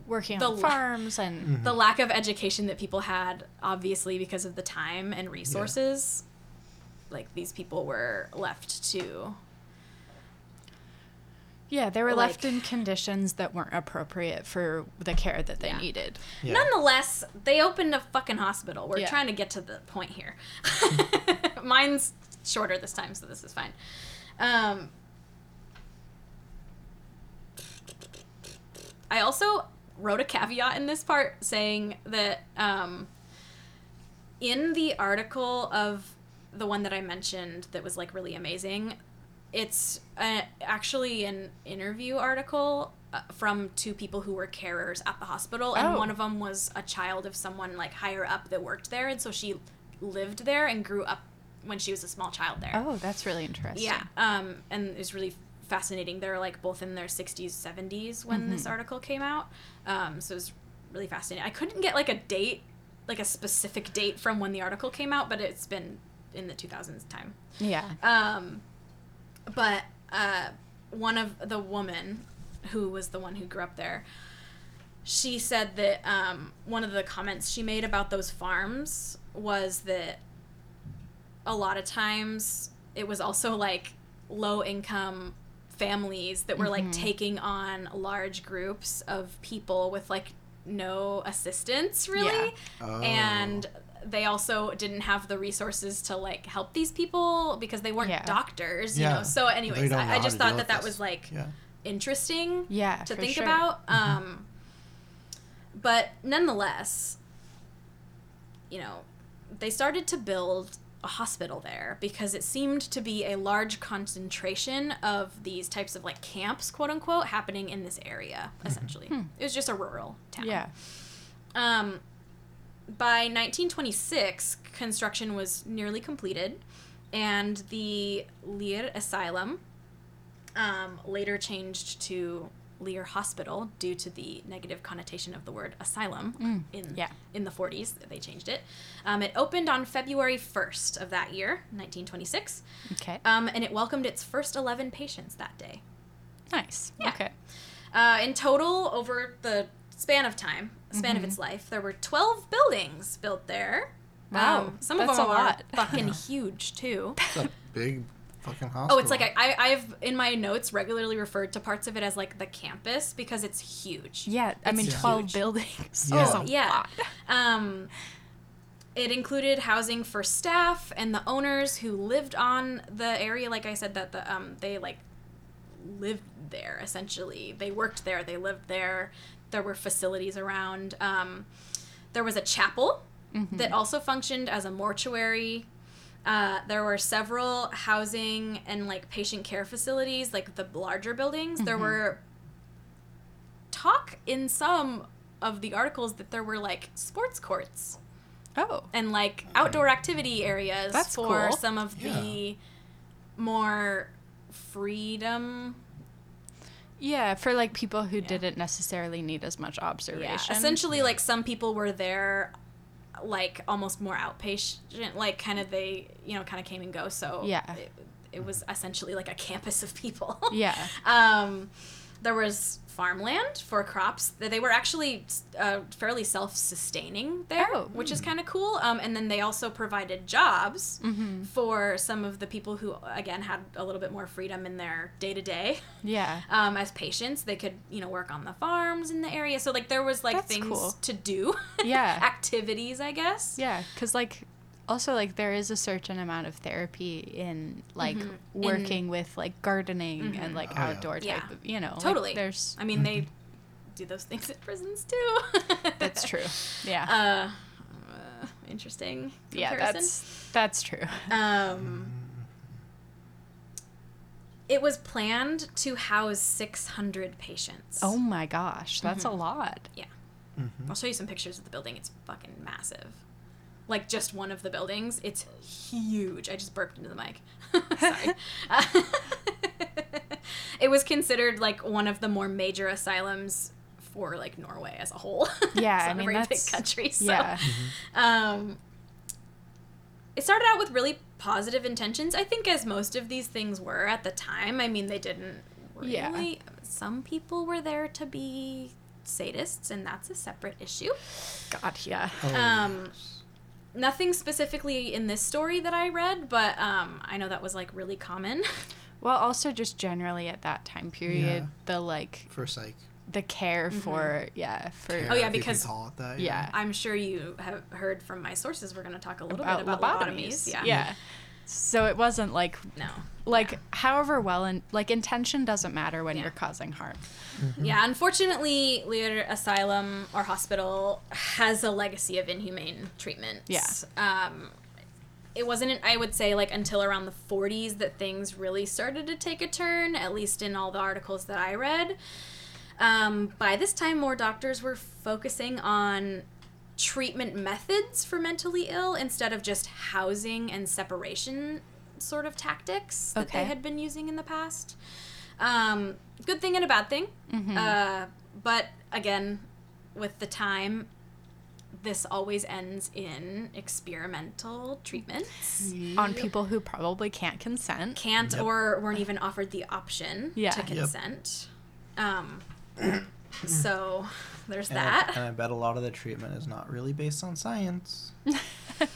Speaker 2: Working
Speaker 1: The
Speaker 2: on
Speaker 1: la-
Speaker 2: farms
Speaker 3: Mm.
Speaker 2: and
Speaker 1: the lack of education that people had obviously because of the time and resources like these people were left to
Speaker 2: Yeah, they were
Speaker 1: Like-
Speaker 2: left in conditions that weren't appropriate for the care that they
Speaker 1: Yeah.
Speaker 2: needed.
Speaker 3: Yeah.
Speaker 1: Nonetheless, they opened a fucking hospital. We're
Speaker 2: Yeah.
Speaker 1: trying to get to the point here.
Speaker 2: [laughs]
Speaker 1: Mine's shorter this time, so this is fine. Um, I also wrote a caveat in this part saying that um, in the article of the one that I mentioned that was like really amazing, it's uh actually an interview article uh, from two people who were carers at the hospital, and
Speaker 2: Oh.
Speaker 1: one of them was a child of someone like higher up that worked there, and so she lived there and grew up when she was a small child there.
Speaker 2: Oh, that's really interesting.
Speaker 1: Yeah, um, and it's really fascinating. They're like both in their 60s, 70s when this
Speaker 2: Mm-hmm.
Speaker 1: article came out. Um, so it was really fascinating. I couldn't get like a date, like a specific date from when the article came out, but it's been in the 2000s time.
Speaker 2: Yeah.
Speaker 1: Um, but uh, one of the woman who was the one who grew up there, she said that um, one of the comments she made about those farms was that a lot of times it was also like low income families that were like taking on large groups of people with like no assistance really
Speaker 3: Oh.
Speaker 1: and they also didn't have the resources to like help these people because they weren't
Speaker 2: Yeah.
Speaker 1: doctors you
Speaker 3: Yeah.
Speaker 1: know so
Speaker 3: They
Speaker 1: anyways
Speaker 3: don't know
Speaker 1: i, I
Speaker 3: how
Speaker 1: just
Speaker 3: to deal
Speaker 1: thought
Speaker 3: with
Speaker 1: that that
Speaker 3: this.
Speaker 1: was like
Speaker 3: yeah.
Speaker 1: interesting
Speaker 2: Yeah.
Speaker 1: to
Speaker 2: for
Speaker 1: think
Speaker 2: sure.
Speaker 1: about
Speaker 3: Mm-hmm.
Speaker 1: um but nonetheless you know they started to build a hospital there because it seemed to be a large concentration of these types of like camps quote unquote happening in this area
Speaker 3: Hmm.
Speaker 1: essentially it was just a rural town
Speaker 2: Yeah.
Speaker 1: um, by 1926, construction was nearly completed, and the Lear Asylum um, later changed to Lear Hospital due to the negative connotation of the word asylum in,
Speaker 2: yeah.
Speaker 1: in the 40s. They changed it. Um, it opened on February 1st of that year, 1926,
Speaker 2: Okay.
Speaker 1: um, and it welcomed its first 11 patients that day.
Speaker 2: nice.
Speaker 1: yeah.
Speaker 2: Okay.
Speaker 1: Uh, in total, over the span of time, span
Speaker 2: Mm-hmm.
Speaker 1: of its life, there were 12 buildings built there. Um,
Speaker 2: Wow,
Speaker 1: some of
Speaker 2: that's
Speaker 1: them
Speaker 2: a
Speaker 1: are
Speaker 2: lot.
Speaker 1: fucking huge too.
Speaker 3: It's a big fucking hospital.
Speaker 1: Oh, it's like I, I, I've in my notes regularly referred to parts of it as like the campus because it's huge.
Speaker 2: Yeah. I mean,
Speaker 1: It's
Speaker 2: twelve
Speaker 1: huge. Oh,
Speaker 2: buildings.
Speaker 3: Yeah.
Speaker 2: is a
Speaker 1: yeah.
Speaker 2: lot.
Speaker 1: Um, it included housing for staff and the owners who lived on the area. Like I said, that the um, they like lived there essentially. They worked there. They lived there. There were facilities around. Um, there was a chapel that also functioned as a mortuary. Uh, there were several housing and like patient care facilities, like the larger buildings. There were talk in some of the articles that there were like sports courts
Speaker 2: Oh.
Speaker 1: and like outdoor activity areas
Speaker 2: That's
Speaker 1: for
Speaker 2: cool.
Speaker 1: some of the more freedom
Speaker 2: Yeah, for like people who didn't necessarily need as much observation.
Speaker 1: Essentially, like some people were there, like almost more outpatient, like kind of they, you know, kind of came and go. So
Speaker 2: Yeah.
Speaker 1: it, it was essentially like a campus of people.
Speaker 2: Yeah.
Speaker 1: um, there was farmland for crops. They they were actually uh, fairly self-sustaining there,
Speaker 2: Oh.
Speaker 1: which is kind of cool. Um, and then they also provided jobs
Speaker 2: Mm-hmm.
Speaker 1: for some of the people who, again, had a little bit more freedom in their day-to-day [laughs]
Speaker 2: Yeah.
Speaker 1: um, as patients. They could, you know, work on the farms in the area. So like there was like
Speaker 2: That's
Speaker 1: things
Speaker 2: cool.
Speaker 1: to do. [laughs]
Speaker 2: Yeah.
Speaker 1: Activities, I guess.
Speaker 2: Yeah, cuz like also like there is a certain amount of therapy in like
Speaker 1: Mm-hmm.
Speaker 2: working with like gardening and like
Speaker 3: Oh, yeah.
Speaker 2: outdoor
Speaker 1: Yeah.
Speaker 2: type of, you know. like,
Speaker 1: Totally.
Speaker 2: there's
Speaker 1: [laughs] I mean, they do those things at prisons too.
Speaker 2: Mm-hmm.
Speaker 1: [laughs]
Speaker 2: That's true.
Speaker 1: Uh,
Speaker 2: Yeah.
Speaker 1: uh, interesting. Comparison.
Speaker 2: yeah, that's that's true.
Speaker 1: Um, it was planned to house 600 patients.
Speaker 2: Oh my gosh, that's
Speaker 1: Mm-hmm.
Speaker 2: a lot.
Speaker 1: Yeah.
Speaker 3: Mm-hmm.
Speaker 2: Oh.
Speaker 1: I'll show you some pictures of the building. It's fucking massive. Like just one of the buildings, it's huge. I just burped into the mic. [laughs]
Speaker 2: [laughs]
Speaker 1: Sorry. Uh, it was considered like one of the more major asylums for like Norway as a whole. [laughs]
Speaker 2: Yeah,
Speaker 1: it's
Speaker 2: I
Speaker 1: not
Speaker 2: mean,
Speaker 1: a very big
Speaker 2: that's-
Speaker 1: country. So. [laughs]
Speaker 2: Yeah.
Speaker 1: Um, it started out with really positive intentions, I think, as most of these things were at the time. I mean, they didn't really.
Speaker 2: Yeah.
Speaker 1: Some people were there to be sadists, and that's a separate issue.
Speaker 2: God, yeah.
Speaker 3: Oh,
Speaker 1: Um, nothing specifically in this story that I read, but um, I know that was like really common.
Speaker 2: Well, also just generally at that time period,
Speaker 3: Yeah.
Speaker 2: the like
Speaker 3: for psych.
Speaker 2: the care
Speaker 1: Mm-hmm.
Speaker 2: for yeah for
Speaker 3: care,
Speaker 1: Oh, yeah,
Speaker 3: if you can
Speaker 1: because-
Speaker 3: call it that,
Speaker 2: yeah.
Speaker 1: I'm sure you have heard from my sources. We're going to talk a little
Speaker 2: about
Speaker 1: bit about lobotomies. Yeah.
Speaker 2: yeah. So it wasn't like
Speaker 1: No.
Speaker 2: like however well and like intention doesn't matter when
Speaker 1: Yeah.
Speaker 2: you're causing harm.
Speaker 1: Yeah. Unfortunately, Lear Asylum or hospital has a legacy of inhumane treatment.
Speaker 2: Yeah.
Speaker 1: Um, it wasn't, I would say, like until around the 40s that things really started to take a turn, at least in all the articles that I read. Um, by this time, more doctors were focusing on treatment methods for mentally ill instead of just housing and separation sort of tactics that they
Speaker 2: Okay.
Speaker 1: had been using in the past. Um, good thing and a bad thing. Uh, but again, with the time, this always ends in experimental treatments.
Speaker 2: on people who probably can't
Speaker 1: [laughs]
Speaker 2: consent.
Speaker 1: Can't
Speaker 3: Yep.
Speaker 1: or weren't even offered the option
Speaker 2: Yeah.
Speaker 1: to
Speaker 2: Yep.
Speaker 1: consent. Um, so there's
Speaker 3: And I, and
Speaker 1: that.
Speaker 3: I bet a lot of the treatment is not really based
Speaker 2: [laughs]
Speaker 3: on science.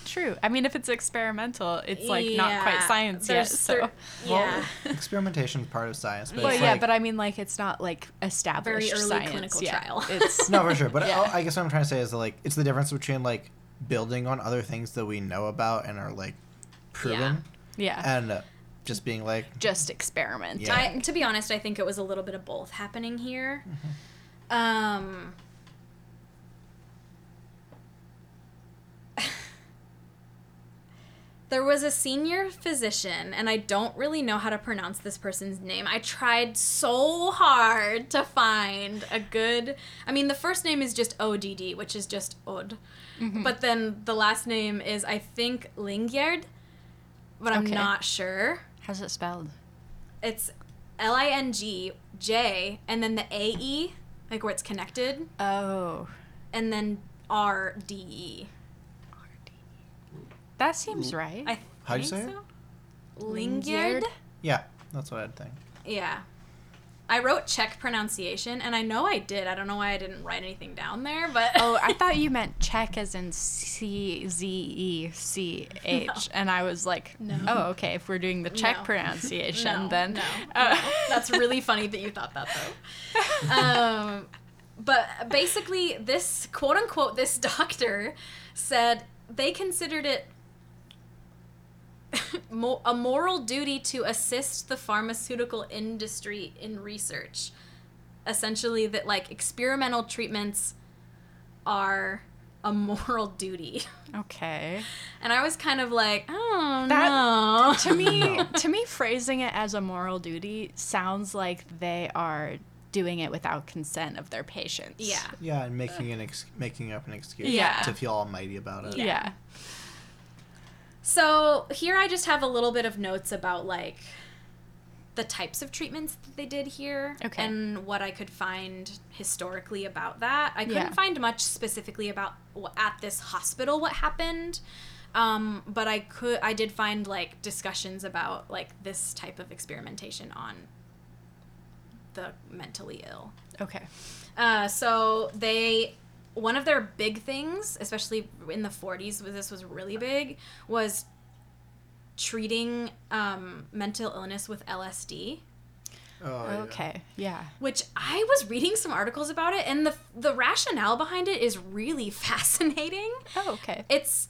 Speaker 2: True. I mean, if it's experimental, it's like not quite
Speaker 1: Yeah,
Speaker 2: science yet.
Speaker 1: there's
Speaker 2: So.
Speaker 1: cer- yeah.
Speaker 3: Experimentation is part of science, but
Speaker 2: Well,
Speaker 3: it's
Speaker 2: yeah,
Speaker 3: like,
Speaker 2: but I mean, like it's not like established
Speaker 1: early
Speaker 2: science
Speaker 1: clinical
Speaker 2: yet.
Speaker 1: trial.
Speaker 2: It's
Speaker 3: [laughs] no, for sure.
Speaker 2: [laughs]
Speaker 3: But
Speaker 2: Yeah.
Speaker 3: I, I guess what I'm trying to say is that, like it's the difference between like building on other things that we know about and are like proven,
Speaker 2: yeah,
Speaker 3: and uh, just being like,
Speaker 2: just experiment.
Speaker 3: Yeah.
Speaker 1: I, to be honest, I think it was a little bit of both happening here. Um, [laughs] there was a senior physician, and I don't really know how to pronounce this person's name. I tried so hard to find a good. I mean, the first name is just ODD, which is just Od. But then the last name is, I think, Lingyard, but I'm
Speaker 2: Okay.
Speaker 1: not sure.
Speaker 2: How's it spelled?
Speaker 1: It's L I N G J and then the A E, like where it's connected,
Speaker 2: Oh,
Speaker 1: and then R D E.
Speaker 2: that seems right.
Speaker 1: I
Speaker 3: How'd you
Speaker 1: think
Speaker 3: say it?
Speaker 1: so. Lingyard?
Speaker 2: Lingyard?
Speaker 3: yeah, that's what I'd think.
Speaker 1: Yeah. I wrote Czech pronunciation, and I know I did. I don't know why I didn't write anything down there, but
Speaker 2: oh,
Speaker 1: [laughs]
Speaker 2: I thought you meant Czech as in C Z E C H, and I was like, oh, okay. If we're doing the Czech
Speaker 1: No.
Speaker 2: pronunciation,
Speaker 1: No,
Speaker 2: then
Speaker 1: no,
Speaker 2: Uh,
Speaker 1: That's really
Speaker 2: [laughs]
Speaker 1: funny that you thought that though. Um, but basically, this quote unquote, this doctor said they considered it [laughs] mo- a moral duty to assist the pharmaceutical industry in research. Essentially, that like experimental treatments are a moral duty. [laughs]
Speaker 2: okay.
Speaker 1: And I was kind of like, oh
Speaker 2: That-
Speaker 1: no. [laughs]
Speaker 2: to me to me phrasing it as a moral duty sounds like they are doing it without consent of their patients
Speaker 1: yeah.
Speaker 3: Yeah, and making an ex- making up an excuse
Speaker 2: Yeah.
Speaker 3: to feel almighty about it.
Speaker 2: yeah,
Speaker 1: So here I just have a little bit of notes about like the types of treatments that they did here
Speaker 2: Okay.
Speaker 1: and what I could find historically about that. I couldn't
Speaker 2: Yeah.
Speaker 1: find much specifically about wh- at this hospital what happened. Um, but I could I did find like discussions about like this type of experimentation on the mentally ill.
Speaker 2: okay
Speaker 1: Uh, so they one of their big things, especially in the 40s, was this was really big, was treating um, mental illness with LSD.
Speaker 3: Oh, yeah.
Speaker 2: okay yeah
Speaker 1: Which I was reading some articles about it, and the the rationale behind it is really [laughs] fascinating.
Speaker 2: oh okay
Speaker 1: It's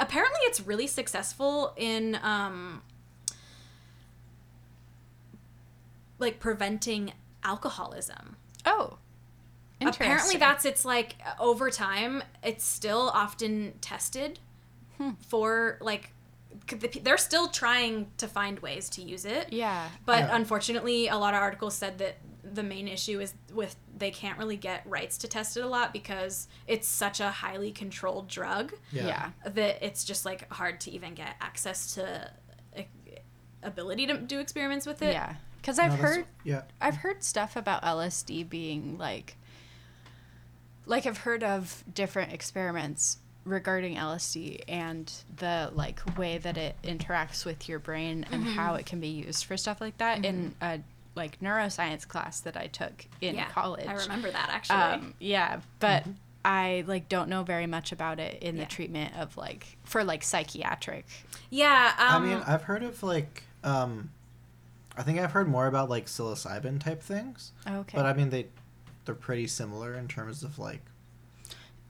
Speaker 1: apparently it's really successful in um, like preventing alcoholism.
Speaker 2: oh interesting.
Speaker 1: apparently that's it's like over time it's still often tested
Speaker 2: Hmm.
Speaker 1: for like c- the pe- they're still trying to find ways to use it
Speaker 2: yeah
Speaker 1: but
Speaker 3: Yeah.
Speaker 1: unfortunately a lot of articles said that the main issue is with they can't really get rights to test it a lot because it's such a highly controlled drug
Speaker 2: yeah,
Speaker 1: that it's just like hard to even get access to like, ability to do experiments with it
Speaker 2: yeah because
Speaker 3: No,
Speaker 2: i've
Speaker 3: that's-
Speaker 2: heard
Speaker 3: Yeah.
Speaker 2: I've heard stuff about LSD being like like I've heard of different experiments regarding LSD and the like way that it interacts with your brain and
Speaker 1: Mm-hmm.
Speaker 2: how it can be used for stuff like that in a like neuroscience class that I took in
Speaker 1: Yeah,
Speaker 2: college.
Speaker 1: i remember that actually
Speaker 3: Mm-hmm.
Speaker 2: Um, yeah, but I like don't know very much about it in
Speaker 1: Yeah.
Speaker 2: the treatment of like for like psychiatric.
Speaker 1: Yeah. Um,
Speaker 3: I mean, I've heard of like, um, I think I've heard more about like psilocybin type things,
Speaker 2: Okay.
Speaker 3: but I mean they, they're pretty similar in terms of like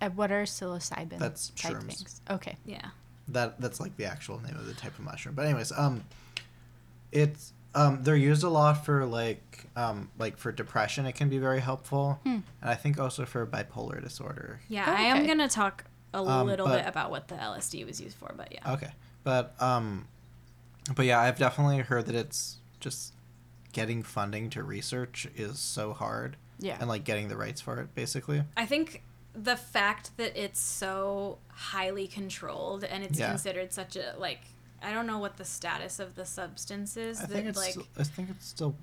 Speaker 2: Uh, what are psilocybin?
Speaker 3: That's
Speaker 2: type
Speaker 3: shrooms.
Speaker 2: things? Okay.
Speaker 1: yeah.
Speaker 3: that. That's like the actual name of the type of mushroom. But anyways, um, it's um they're used a lot for like um like for depression. It can be very helpful,
Speaker 1: Hmm.
Speaker 3: and I think also for bipolar disorder.
Speaker 1: Yeah.
Speaker 2: Oh,
Speaker 1: I am
Speaker 2: okay.
Speaker 1: gonna talk a
Speaker 3: Um,
Speaker 1: little
Speaker 3: but-
Speaker 1: bit about what the LSD was used for, but yeah.
Speaker 3: Okay, but um, but yeah, I've definitely heard that it's just getting funding to research is so hard.
Speaker 2: Yeah.
Speaker 3: and like getting the rights for it basically
Speaker 1: I think the fact that it's so highly controlled and it's
Speaker 3: Yeah.
Speaker 1: considered such a like I don't know what the status of the substance is
Speaker 3: i
Speaker 1: that
Speaker 3: think it's
Speaker 1: like
Speaker 3: still, i think it's still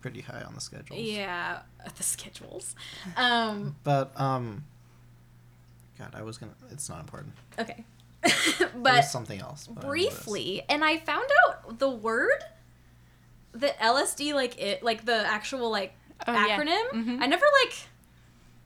Speaker 3: pretty high on the schedule
Speaker 1: yeah [laughs] the
Speaker 3: [laughs]
Speaker 1: schedules. Um
Speaker 3: but um god i was gonna it's not important
Speaker 1: okay. [laughs]
Speaker 3: It
Speaker 1: but
Speaker 3: was something else but I remember this.
Speaker 1: briefly and I found out the word that LSD like it like the actual like
Speaker 2: Oh, yeah.
Speaker 1: acronym.
Speaker 3: Mm-hmm.
Speaker 1: I never like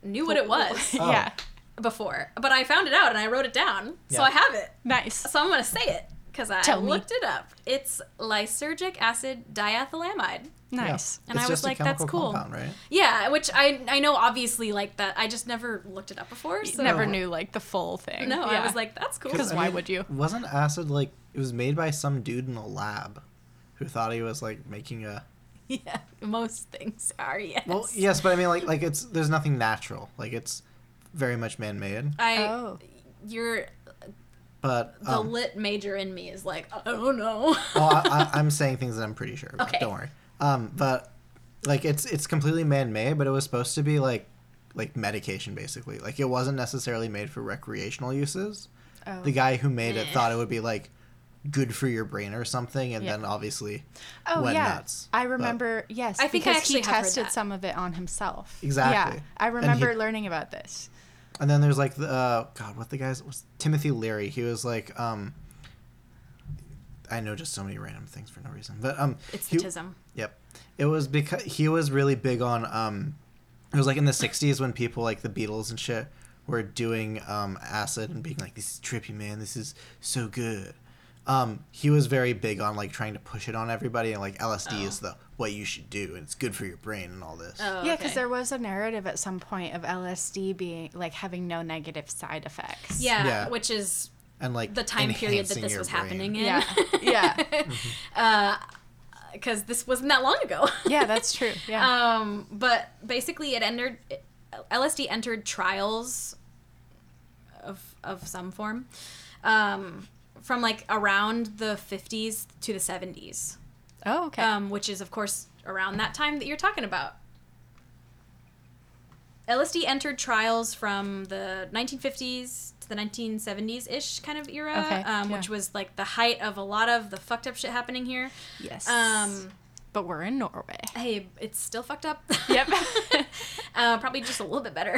Speaker 1: knew what it
Speaker 3: [laughs]
Speaker 1: was
Speaker 3: Oh.
Speaker 2: [laughs] Yeah.
Speaker 1: before, but I found it out and I wrote it down. So
Speaker 3: Yeah.
Speaker 1: I have it.
Speaker 2: Nice.
Speaker 1: So I'm gonna say it because I
Speaker 2: Tell me.
Speaker 1: looked it up. It's lysergic acid diethylamide.
Speaker 3: Yeah.
Speaker 2: Nice.
Speaker 1: And
Speaker 3: It's
Speaker 1: I was
Speaker 3: just a
Speaker 1: like, that's
Speaker 3: chemical
Speaker 1: cool. [laughs]
Speaker 3: compound, right
Speaker 1: Yeah, which I I know obviously like that. I just never looked it up before. So
Speaker 2: Never
Speaker 3: No.
Speaker 2: knew like the full thing.
Speaker 1: No,
Speaker 2: Yeah.
Speaker 1: I was like, that's cool.
Speaker 2: 'Cause
Speaker 3: I
Speaker 2: why would you?
Speaker 3: wasn't acid like it was made by some dude in a lab who thought he was like making a
Speaker 1: [laughs] yeah, most things are yes.
Speaker 3: well yes but i mean like like it's there's nothing natural like it's very much man-made
Speaker 1: I
Speaker 2: Oh.
Speaker 1: you're
Speaker 3: but
Speaker 1: the
Speaker 3: um,
Speaker 1: lit major in me is like I don't know.
Speaker 3: well, I, I, I'm saying things that I'm pretty sure about.
Speaker 1: Okay.
Speaker 3: Don't worry. Um, but like it's it's completely man-made, but it was supposed to be like like medication basically. Like it wasn't necessarily made for recreational uses.
Speaker 2: Oh.
Speaker 3: The guy who made it
Speaker 1: Eh.
Speaker 3: thought it would be like good for your brain or something, and
Speaker 2: Yeah.
Speaker 3: then obviously
Speaker 2: Oh
Speaker 3: went
Speaker 2: yeah,
Speaker 3: nuts.
Speaker 2: I
Speaker 3: But-
Speaker 2: remember. yes,
Speaker 1: I think I
Speaker 2: because
Speaker 1: actually
Speaker 2: he
Speaker 1: have heard
Speaker 2: tested
Speaker 1: that.
Speaker 2: some of it on himself.
Speaker 3: Exactly.
Speaker 2: Yeah, I
Speaker 3: And he-
Speaker 2: remember learning about this.
Speaker 3: And then there's like the uh, God, what the guy's was Timothy Leary. He was like, um, I know just so many random things for no reason, but um,
Speaker 1: it's the
Speaker 3: he-
Speaker 1: tism.
Speaker 3: Yep. It was because he was really big on um it was like in the 60s when people like the Beatles and shit were doing um acid and being like this is trippy man, this is so good. Um he was very big on like trying to push it on everybody and like LSD is the what you should do and it's good for your brain and all
Speaker 1: [laughs]
Speaker 3: this.
Speaker 1: Oh,
Speaker 2: Yeah, because
Speaker 1: okay.
Speaker 2: there was a narrative at some point of LSD being like having no negative side effects.
Speaker 1: yeah,
Speaker 3: Yeah.
Speaker 1: which is
Speaker 3: And like
Speaker 1: the time period that
Speaker 3: enhancing
Speaker 1: this
Speaker 3: your
Speaker 1: was
Speaker 3: brain.
Speaker 1: happening in.
Speaker 2: yeah,
Speaker 1: [laughs]
Speaker 2: yeah,
Speaker 1: because this wasn't that long ago. [laughs]
Speaker 2: yeah. That's true. Yeah.
Speaker 1: Um, but basically, it entered LSD entered trials of of some form um, from like around the fifties to the seventies,
Speaker 2: oh, okay.
Speaker 1: um, which is of course around that time that you're talking about. LSD entered trials from the 1950s to the 1970s ish kind of era,
Speaker 2: Okay,
Speaker 1: um,
Speaker 2: yeah.
Speaker 1: which was like the height of a lot of the fucked up shit happening here.
Speaker 2: yes.
Speaker 1: Um,
Speaker 2: but we're in Norway.
Speaker 1: hey, it's still fucked up.
Speaker 2: Yep.
Speaker 1: [laughs] uh, probably just a little bit better.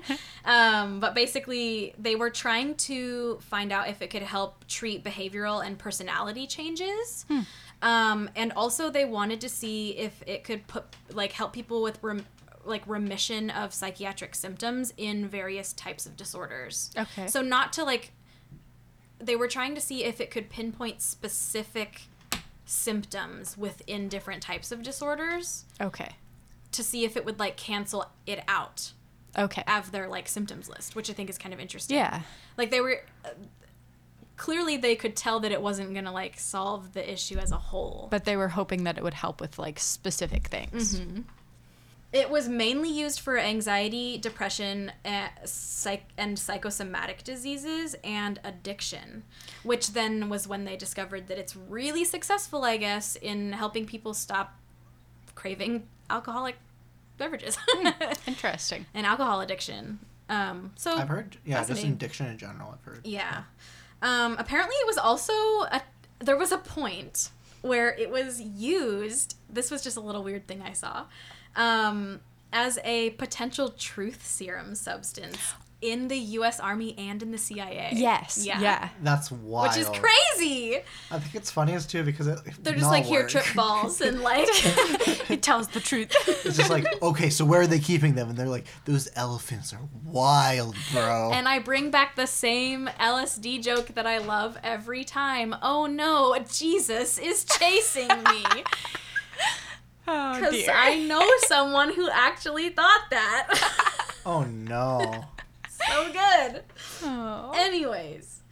Speaker 1: [laughs] um, but basically, they were trying to find out if it could help treat behavioral and personality changes. Um, and also, they wanted to see if it could put like help people with rem- like remission of psychiatric symptoms in various types of disorders.
Speaker 2: Okay.
Speaker 1: So not to like they were trying to see if it could pinpoint specific symptoms within different types of disorders
Speaker 2: Okay.
Speaker 1: to see if it would like cancel it out
Speaker 2: Okay.
Speaker 1: of their like symptoms list, which I think is kind of interesting.
Speaker 2: Yeah.
Speaker 1: Like they were uh, clearly they could tell that it wasn't going to like solve the issue as a whole.
Speaker 2: But they were hoping that it would help with like specific
Speaker 1: Mm-hmm.
Speaker 2: things.
Speaker 1: it was mainly used for anxiety, depression, uh, psych- and psychosomatic diseases and addiction, which then was when they discovered that it's really successful, I guess, in helping people stop craving alcoholic beverages [laughs]
Speaker 3: Hmm.
Speaker 2: Interesting.
Speaker 1: and alcohol addiction. Um, so
Speaker 3: I've heard yeah, just
Speaker 1: Fascinating.
Speaker 3: in diction in general I've heard.
Speaker 1: Yeah. Um, apparently, it was also a, there was a point where it was used. This was just a little weird thing I saw um, as a potential truth serum substance in the U.S. Army and in the CIA.
Speaker 2: Yes.
Speaker 1: Yeah.
Speaker 2: Yeah. yeah.
Speaker 3: That's wild.
Speaker 1: Which is crazy.
Speaker 3: I think it's funniest too because it,
Speaker 1: They're just like here, trip balls, and like
Speaker 2: [laughs] he tells the truth.
Speaker 3: It's just like okay, so where are they keeping them? And they're like, those elephants are wild, bro.
Speaker 1: And I bring back the same LSD joke that I love every time. Oh no, Jesus is chasing me.
Speaker 2: [laughs] oh,
Speaker 1: Because
Speaker 2: dear.
Speaker 1: I know someone who actually thought that.
Speaker 2: [laughs]
Speaker 3: oh no,
Speaker 1: so good.
Speaker 2: [laughs] Oh.
Speaker 1: Anyways,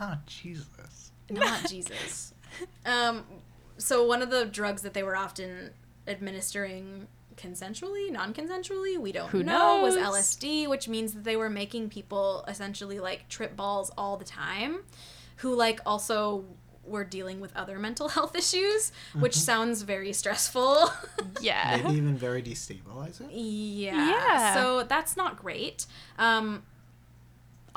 Speaker 3: not Jesus.
Speaker 1: not Jesus. Um, so, one of the drugs that they were often administering consensually, non consensually, we don't
Speaker 2: Who
Speaker 1: know, was
Speaker 2: knows?
Speaker 1: LSD, which means that they were making people essentially like trip balls all the time, who like also were dealing with other mental [laughs] health issues, which
Speaker 2: Mm-hmm.
Speaker 1: sounds very stressful. [laughs]
Speaker 2: yeah.
Speaker 1: Uh-huh.
Speaker 3: Maybe even very destabilizing.
Speaker 1: Yeah.
Speaker 2: Yeah.
Speaker 1: So that's not great. Um,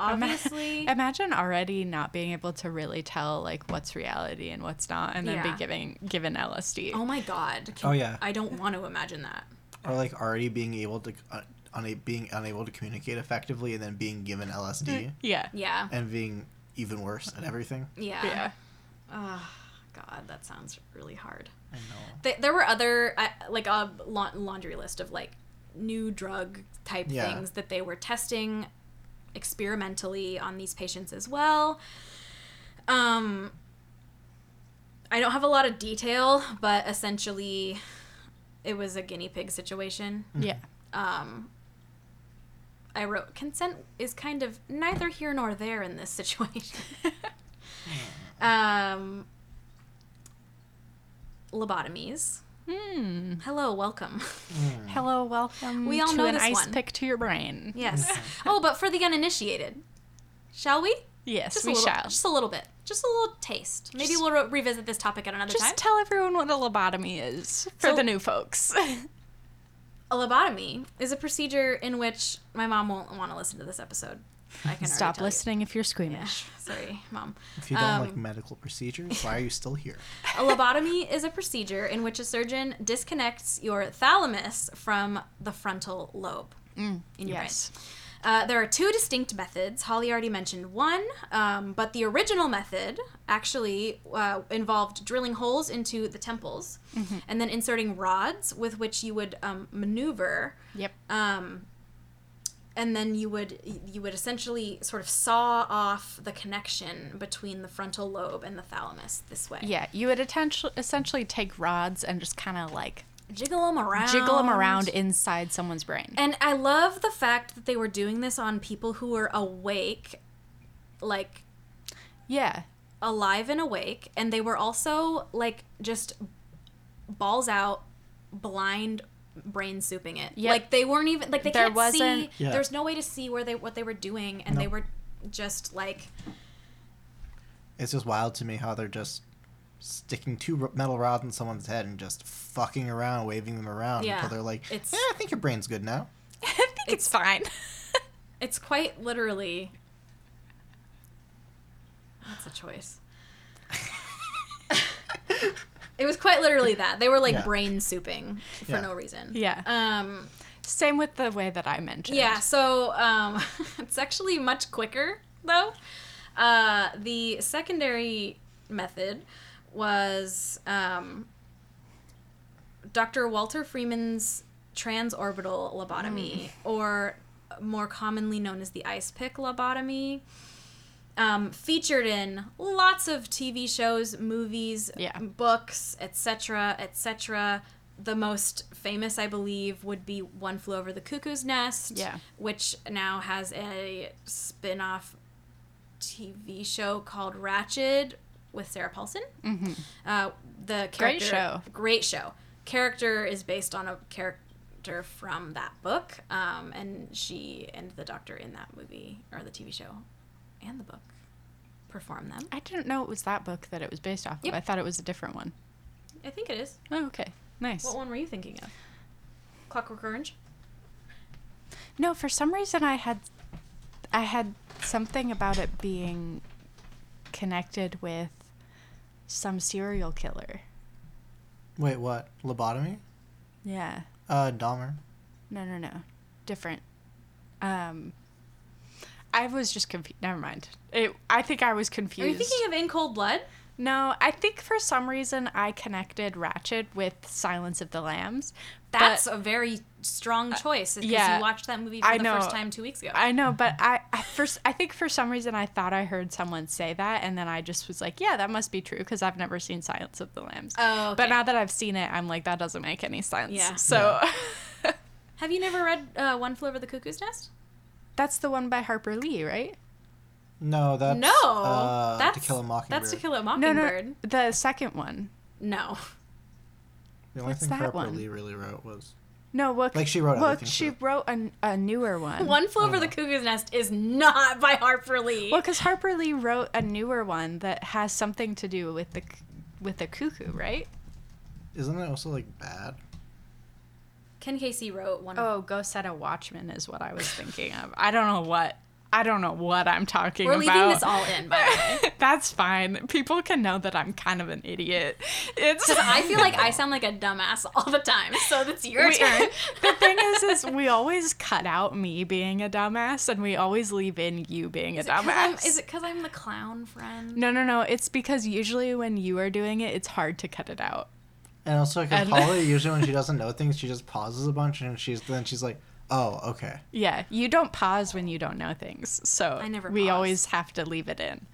Speaker 2: [laughs] Ima-
Speaker 1: obviously,
Speaker 2: Imagine already not being able to really tell like what's reality and what's not, and then
Speaker 1: Yeah.
Speaker 2: be giving given LSD.
Speaker 1: oh my god.
Speaker 3: Oh, yeah.
Speaker 1: I don't want to imagine that.
Speaker 3: Or like already being able to, uh, una- being unable to communicate effectively, and then being given
Speaker 1: Mm.
Speaker 3: LSD
Speaker 2: Yeah.
Speaker 1: Yeah.
Speaker 3: and being even worse at everything.
Speaker 1: Yeah.
Speaker 2: Yeah.
Speaker 1: Oh god, that sounds really hard.
Speaker 3: I know.
Speaker 1: Th- there were other I like a la- laundry list of like new drug type
Speaker 3: Yeah.
Speaker 1: things that they were testing experimentally on these patients as well. Um I don't have a lot of detail, but essentially it was a guinea pig situation.
Speaker 2: Yeah.
Speaker 1: Um I wrote consent is kind of neither here nor there in this
Speaker 2: [laughs]
Speaker 1: situation. um lobotomies.
Speaker 2: Hmm.
Speaker 1: Hello,
Speaker 2: [laughs]
Speaker 1: welcome.
Speaker 2: Hello, welcome.
Speaker 1: We all
Speaker 2: to
Speaker 1: know
Speaker 2: an
Speaker 1: this
Speaker 2: ice
Speaker 1: one.
Speaker 2: pick to your brain.
Speaker 1: Yes. oh, but for the uninitiated, shall we?
Speaker 2: Yes,
Speaker 1: Just
Speaker 2: we
Speaker 1: a little,
Speaker 2: shall.
Speaker 1: Just a little bit. Just a little taste. Maybe
Speaker 2: Just-
Speaker 1: we'll re- revisit this topic at another
Speaker 2: Just
Speaker 1: time.
Speaker 2: tell everyone what a lobotomy
Speaker 1: [laughs]
Speaker 2: is for
Speaker 1: So-
Speaker 2: the
Speaker 1: [laughs]
Speaker 2: new folks.
Speaker 1: a lobotomy is a procedure in which my mom won't want to listen to this episode. I can already
Speaker 2: Stop
Speaker 1: tell you.
Speaker 2: listening if you're
Speaker 1: Yeah.
Speaker 2: squeamish.
Speaker 1: [laughs] Sorry, mom.
Speaker 3: If you don't
Speaker 1: Um,
Speaker 3: like medical procedures, why are you still here?
Speaker 1: A lobotomy is a procedure in which a surgeon disconnects your thalamus from the frontal lobe in your brain.
Speaker 2: Yes.
Speaker 1: Uh, there are two distinct methods. Holly already mentioned one, um, but the original method actually uh, involved drilling holes into the temples and then inserting rods with which you would um, maneuver.
Speaker 2: Yep.
Speaker 1: Um, and then you would you would essentially sort of saw off the connection between the frontal lobe and the thalamus this way.
Speaker 2: Yeah, you would atten- essentially take rods and just kind of like
Speaker 1: Jiggle them around.
Speaker 2: jiggle them around inside someone's brain.
Speaker 1: And I love the fact that they were doing this on people who were awake, like
Speaker 2: [laughs] Yeah.
Speaker 1: alive and awake and they were also like just balls out blind brain souping it
Speaker 2: Yep.
Speaker 1: like they weren't even like they
Speaker 2: There
Speaker 1: can't
Speaker 2: wasn't-
Speaker 1: see
Speaker 3: Yeah.
Speaker 1: there's no way to see where they what they were doing and they
Speaker 3: Nope.
Speaker 1: were just like
Speaker 3: It's just wild to me how they're just sticking two r- metal rods in someone's head and just fucking around, waving them around
Speaker 1: Yeah.
Speaker 3: until they're like,
Speaker 1: It's-
Speaker 3: "Yeah, I think your brain's good now."
Speaker 2: [laughs] I think it's fine.
Speaker 1: it's quite literally that's a
Speaker 3: [laughs]
Speaker 1: choice it was quite literally that they were like
Speaker 3: Yeah.
Speaker 1: brain souping for
Speaker 3: Yeah.
Speaker 1: no reason
Speaker 2: [laughs] Yeah.
Speaker 1: um
Speaker 2: Same with the way that I mentioned.
Speaker 1: Yeah, so um, [laughs] it's actually much quicker though. Uh, the secondary method was um, Dr. Walter Freeman's transorbital lobotomy, or more commonly known as the ice pick lobotomy. Um, featured in lots of TV shows, movies,
Speaker 2: Yeah.
Speaker 1: books, etc., etc. The most famous, I believe, would be One Flew Over the Cuckoo's Nest,
Speaker 2: Yeah.
Speaker 1: which now has a spin off TV show called Ratchet with Sarah Paulson.
Speaker 2: Mm-hmm.
Speaker 1: Uh, the character,
Speaker 2: Great show.
Speaker 1: Great show. Character is based on a character from that book, um, and she and the doctor in that movie or the TV show and the book perform them.
Speaker 2: I didn't know it was that book that it was based off
Speaker 1: Yep.
Speaker 2: of. I thought it was a different one.
Speaker 1: I think it is.
Speaker 2: Oh, okay. Nice.
Speaker 1: What one were you thinking of? Clockwork Orange.
Speaker 2: No, for some reason I had I had something about it being connected with some serial killer.
Speaker 3: Wait, what? Lobotomy?
Speaker 2: Yeah.
Speaker 3: Uh, Dahmer.
Speaker 2: No, no, no. Different. Um, I was just confused. Never mind. It, I think I was
Speaker 1: Are you
Speaker 2: confused.
Speaker 1: thinking of In Cold Blood?
Speaker 2: no, I think for some reason I connected Ratchet with Silence of the Lambs. That's
Speaker 1: That's a very strong choice because
Speaker 2: Uh, yeah.
Speaker 1: you watched that movie
Speaker 2: I
Speaker 1: for the
Speaker 2: know.
Speaker 1: first time two weeks ago.
Speaker 2: I know, but I, I first I think for some reason I thought I heard someone say that, and then I just was like, yeah, that must be true because I've never seen Silence of the Lambs.
Speaker 1: Oh,
Speaker 2: but
Speaker 1: okay.
Speaker 2: now that I've seen it, I'm like, that doesn't make any sense.
Speaker 1: Yeah.
Speaker 2: So
Speaker 1: Have you never read uh, One Flew Over the Cuckoo's Nest?
Speaker 2: [laughs] that's the one by Harper Lee, right?
Speaker 3: No, that's
Speaker 1: No,
Speaker 3: uh,
Speaker 1: that's
Speaker 3: To Kill a Mockingbird.
Speaker 1: That's To Kill a
Speaker 2: No,
Speaker 1: Mockingbird.
Speaker 2: no, the second one.
Speaker 1: [laughs] No.
Speaker 3: The only
Speaker 2: What's
Speaker 3: thing
Speaker 2: that
Speaker 3: Harper
Speaker 2: one?
Speaker 3: Lee really wrote was
Speaker 2: No, well,
Speaker 3: Like, she wrote other
Speaker 2: Well,
Speaker 3: things,
Speaker 2: she
Speaker 3: but-
Speaker 2: wrote a, a newer one.
Speaker 1: One Flew Over
Speaker 3: know.
Speaker 1: the Cuckoo's Nest is not by Harper Lee.
Speaker 2: Well, because Harper Lee wrote a newer one that has something to do with the c- with the cuckoo, right?
Speaker 3: isn't that also like bad?
Speaker 1: Ken Casey wrote one.
Speaker 2: Oh, go set a watchman is what I was thinking of. I don't know what I don't know what I'm talking
Speaker 1: We're
Speaker 2: about.
Speaker 1: leaving this all in, by [laughs] the way.
Speaker 2: [laughs] That's fine. People can know that I'm kind of an idiot. It's
Speaker 1: Because I feel like I sound like a dumbass all the time, so it's your
Speaker 2: We-
Speaker 1: turn.
Speaker 2: [laughs]
Speaker 1: [laughs]
Speaker 2: the thing is, is we always cut out me being a dumbass, and we always leave in you being a dumbass.
Speaker 1: Um, Is it because I'm the clown friend?
Speaker 2: No, no, no. It's because usually when you are doing it, it's hard to cut it out.
Speaker 3: And also,
Speaker 2: And-
Speaker 3: because Holly usually when she doesn't know things, she just pauses a bunch and she's then she's like, "Oh, okay."
Speaker 2: Yeah, you don't pause when you don't know things. So
Speaker 1: I never
Speaker 2: we
Speaker 1: pause.
Speaker 2: always have to leave it in.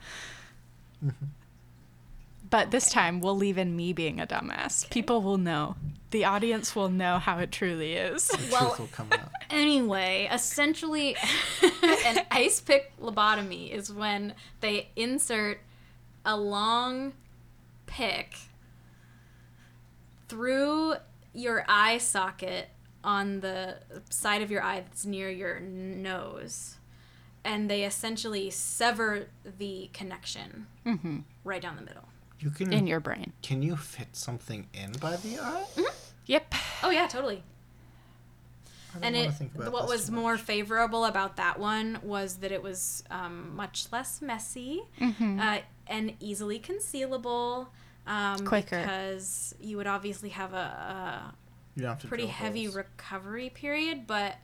Speaker 2: But this time we'll leave in me being a dumbass. People will know. The audience will know how it truly is.
Speaker 3: The
Speaker 1: Well-
Speaker 3: truth will come
Speaker 1: [laughs]
Speaker 3: out.
Speaker 1: Anyway, essentially, [laughs] an ice pick lobotomy is when they insert a long pick through your eye socket on the side of your eye that's near your n- nose, and they essentially sever the connection right down the middle.
Speaker 3: You can
Speaker 2: in your brain.
Speaker 3: can you fit something in by the eye?
Speaker 1: Mm-hmm.
Speaker 2: Yep.
Speaker 1: Oh yeah, totally.
Speaker 3: I don't
Speaker 1: and
Speaker 3: wanna
Speaker 1: it
Speaker 3: think about
Speaker 1: what
Speaker 3: this
Speaker 1: was
Speaker 3: too much.
Speaker 1: more favorable about that one was that it was um, much less messy uh, and easily concealable um,
Speaker 2: Quicker.
Speaker 1: because you would obviously have a, a
Speaker 3: You don't have to
Speaker 1: pretty
Speaker 3: drill
Speaker 1: heavy
Speaker 3: holes.
Speaker 1: recovery period but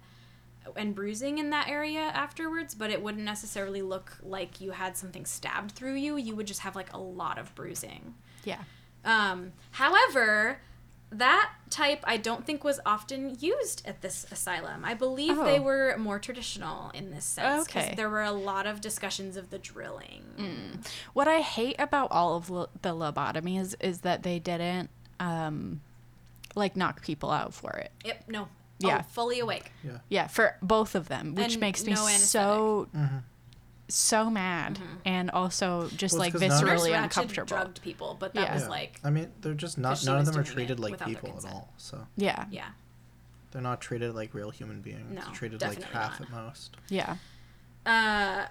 Speaker 1: and bruising in that area afterwards but it wouldn't necessarily look like you had something stabbed through you you would just have like a lot of bruising
Speaker 2: Yeah.
Speaker 1: um, however, that type I don't think was often used at this asylum. I believe they
Speaker 2: Oh.
Speaker 1: were more traditional in this sense. 'cause
Speaker 2: Okay. Mm.
Speaker 1: There were a lot of discussions of the drilling.
Speaker 2: What I hate about all of lo- the lobotomies is that they didn't um like knock people out for it.
Speaker 1: Yep, no.
Speaker 2: Yeah.
Speaker 1: Oh, fully awake.
Speaker 3: Yeah.
Speaker 2: Yeah, for both of them, which
Speaker 1: And
Speaker 2: makes me
Speaker 1: no anesthetic. Mm-hmm.
Speaker 2: so
Speaker 3: Mm-hmm.
Speaker 2: so mad and also just
Speaker 3: Well,
Speaker 2: like
Speaker 3: it's 'cause none of-
Speaker 1: Nurse
Speaker 2: viscerally
Speaker 1: Ratched
Speaker 2: uncomfortable.
Speaker 1: drugged people, but that
Speaker 2: Yeah.
Speaker 1: was
Speaker 3: Yeah.
Speaker 1: like,
Speaker 3: I mean, they're just not.
Speaker 1: she
Speaker 3: None of
Speaker 1: was
Speaker 3: them are
Speaker 1: doing it
Speaker 3: treated like
Speaker 1: without their
Speaker 3: people at
Speaker 1: consent.
Speaker 3: all. So
Speaker 2: Yeah.
Speaker 1: yeah.
Speaker 3: they're not treated like real human beings.
Speaker 1: No,
Speaker 3: they're treated like
Speaker 1: definitely
Speaker 3: half
Speaker 1: not.
Speaker 3: at most.
Speaker 2: Yeah.
Speaker 1: Uh,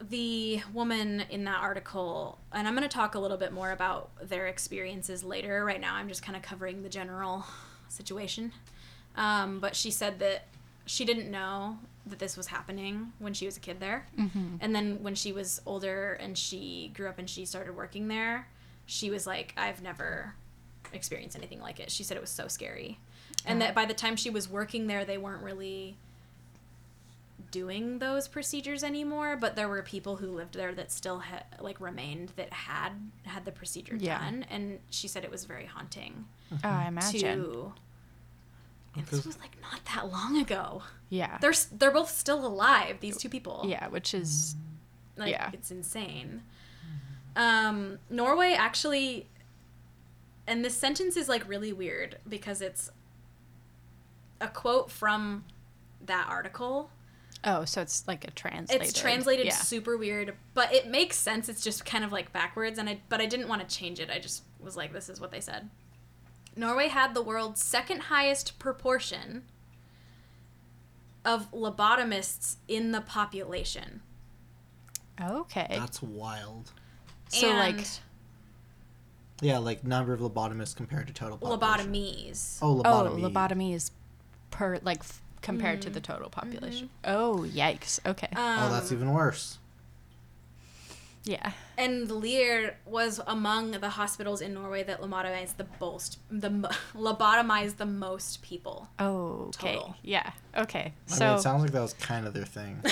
Speaker 1: the woman in that article, and I'm going to talk a little bit more about their experiences later. Right now, I'm just kind of covering the general situation. Um, but she said that she didn't know that this was happening when she was a kid there. And then when she was older and she grew up and she started working there, she was like, I've never experienced anything like it. She said it was so scary. And that by the time she was working there, they weren't really doing those procedures anymore but there were people who lived there that still ha- like remained that had had the procedure
Speaker 2: Yeah.
Speaker 1: done and she said it was very haunting
Speaker 3: Mm-hmm.
Speaker 2: Oh, I imagine.
Speaker 1: to and
Speaker 3: Because-
Speaker 1: this was like not that long ago
Speaker 2: Yeah.
Speaker 1: they're s- they're both still alive these two people
Speaker 2: Yeah, which is
Speaker 1: like
Speaker 2: Yeah.
Speaker 1: it's insane. Um, Norway actually, and this sentence is like really weird because it's a quote from that article.
Speaker 3: Mm-hmm.
Speaker 2: oh, so it's like a translated.
Speaker 1: It's translated
Speaker 2: Yeah.
Speaker 1: super weird, but it makes sense. It's just kind of like backwards, and I but I didn't want to change it. I just was like, this is what they said. Norway had the world's second highest proportion of lobotomists in the population.
Speaker 2: okay.
Speaker 3: That's wild.
Speaker 2: so like
Speaker 1: And-
Speaker 3: Yeah, like number of lobotomists compared to total population.
Speaker 1: lobotomies.
Speaker 3: Oh,
Speaker 2: oh,
Speaker 3: lobotomy.
Speaker 2: lobotomy is per like f- compared to
Speaker 1: Mm-hmm.
Speaker 2: the
Speaker 1: Uh, Um,
Speaker 2: total population. Oh, yikes. Okay.
Speaker 3: oh, that's even worse.
Speaker 2: Yeah.
Speaker 1: And Lear was among the hospitals in Norway that lobotomized the most, the mo- [laughs] lobotomized the most people.
Speaker 2: Oh, okay.
Speaker 1: Total.
Speaker 2: Yeah. Okay.
Speaker 3: I
Speaker 2: So
Speaker 3: mean, it sounds like that was kind of their thing.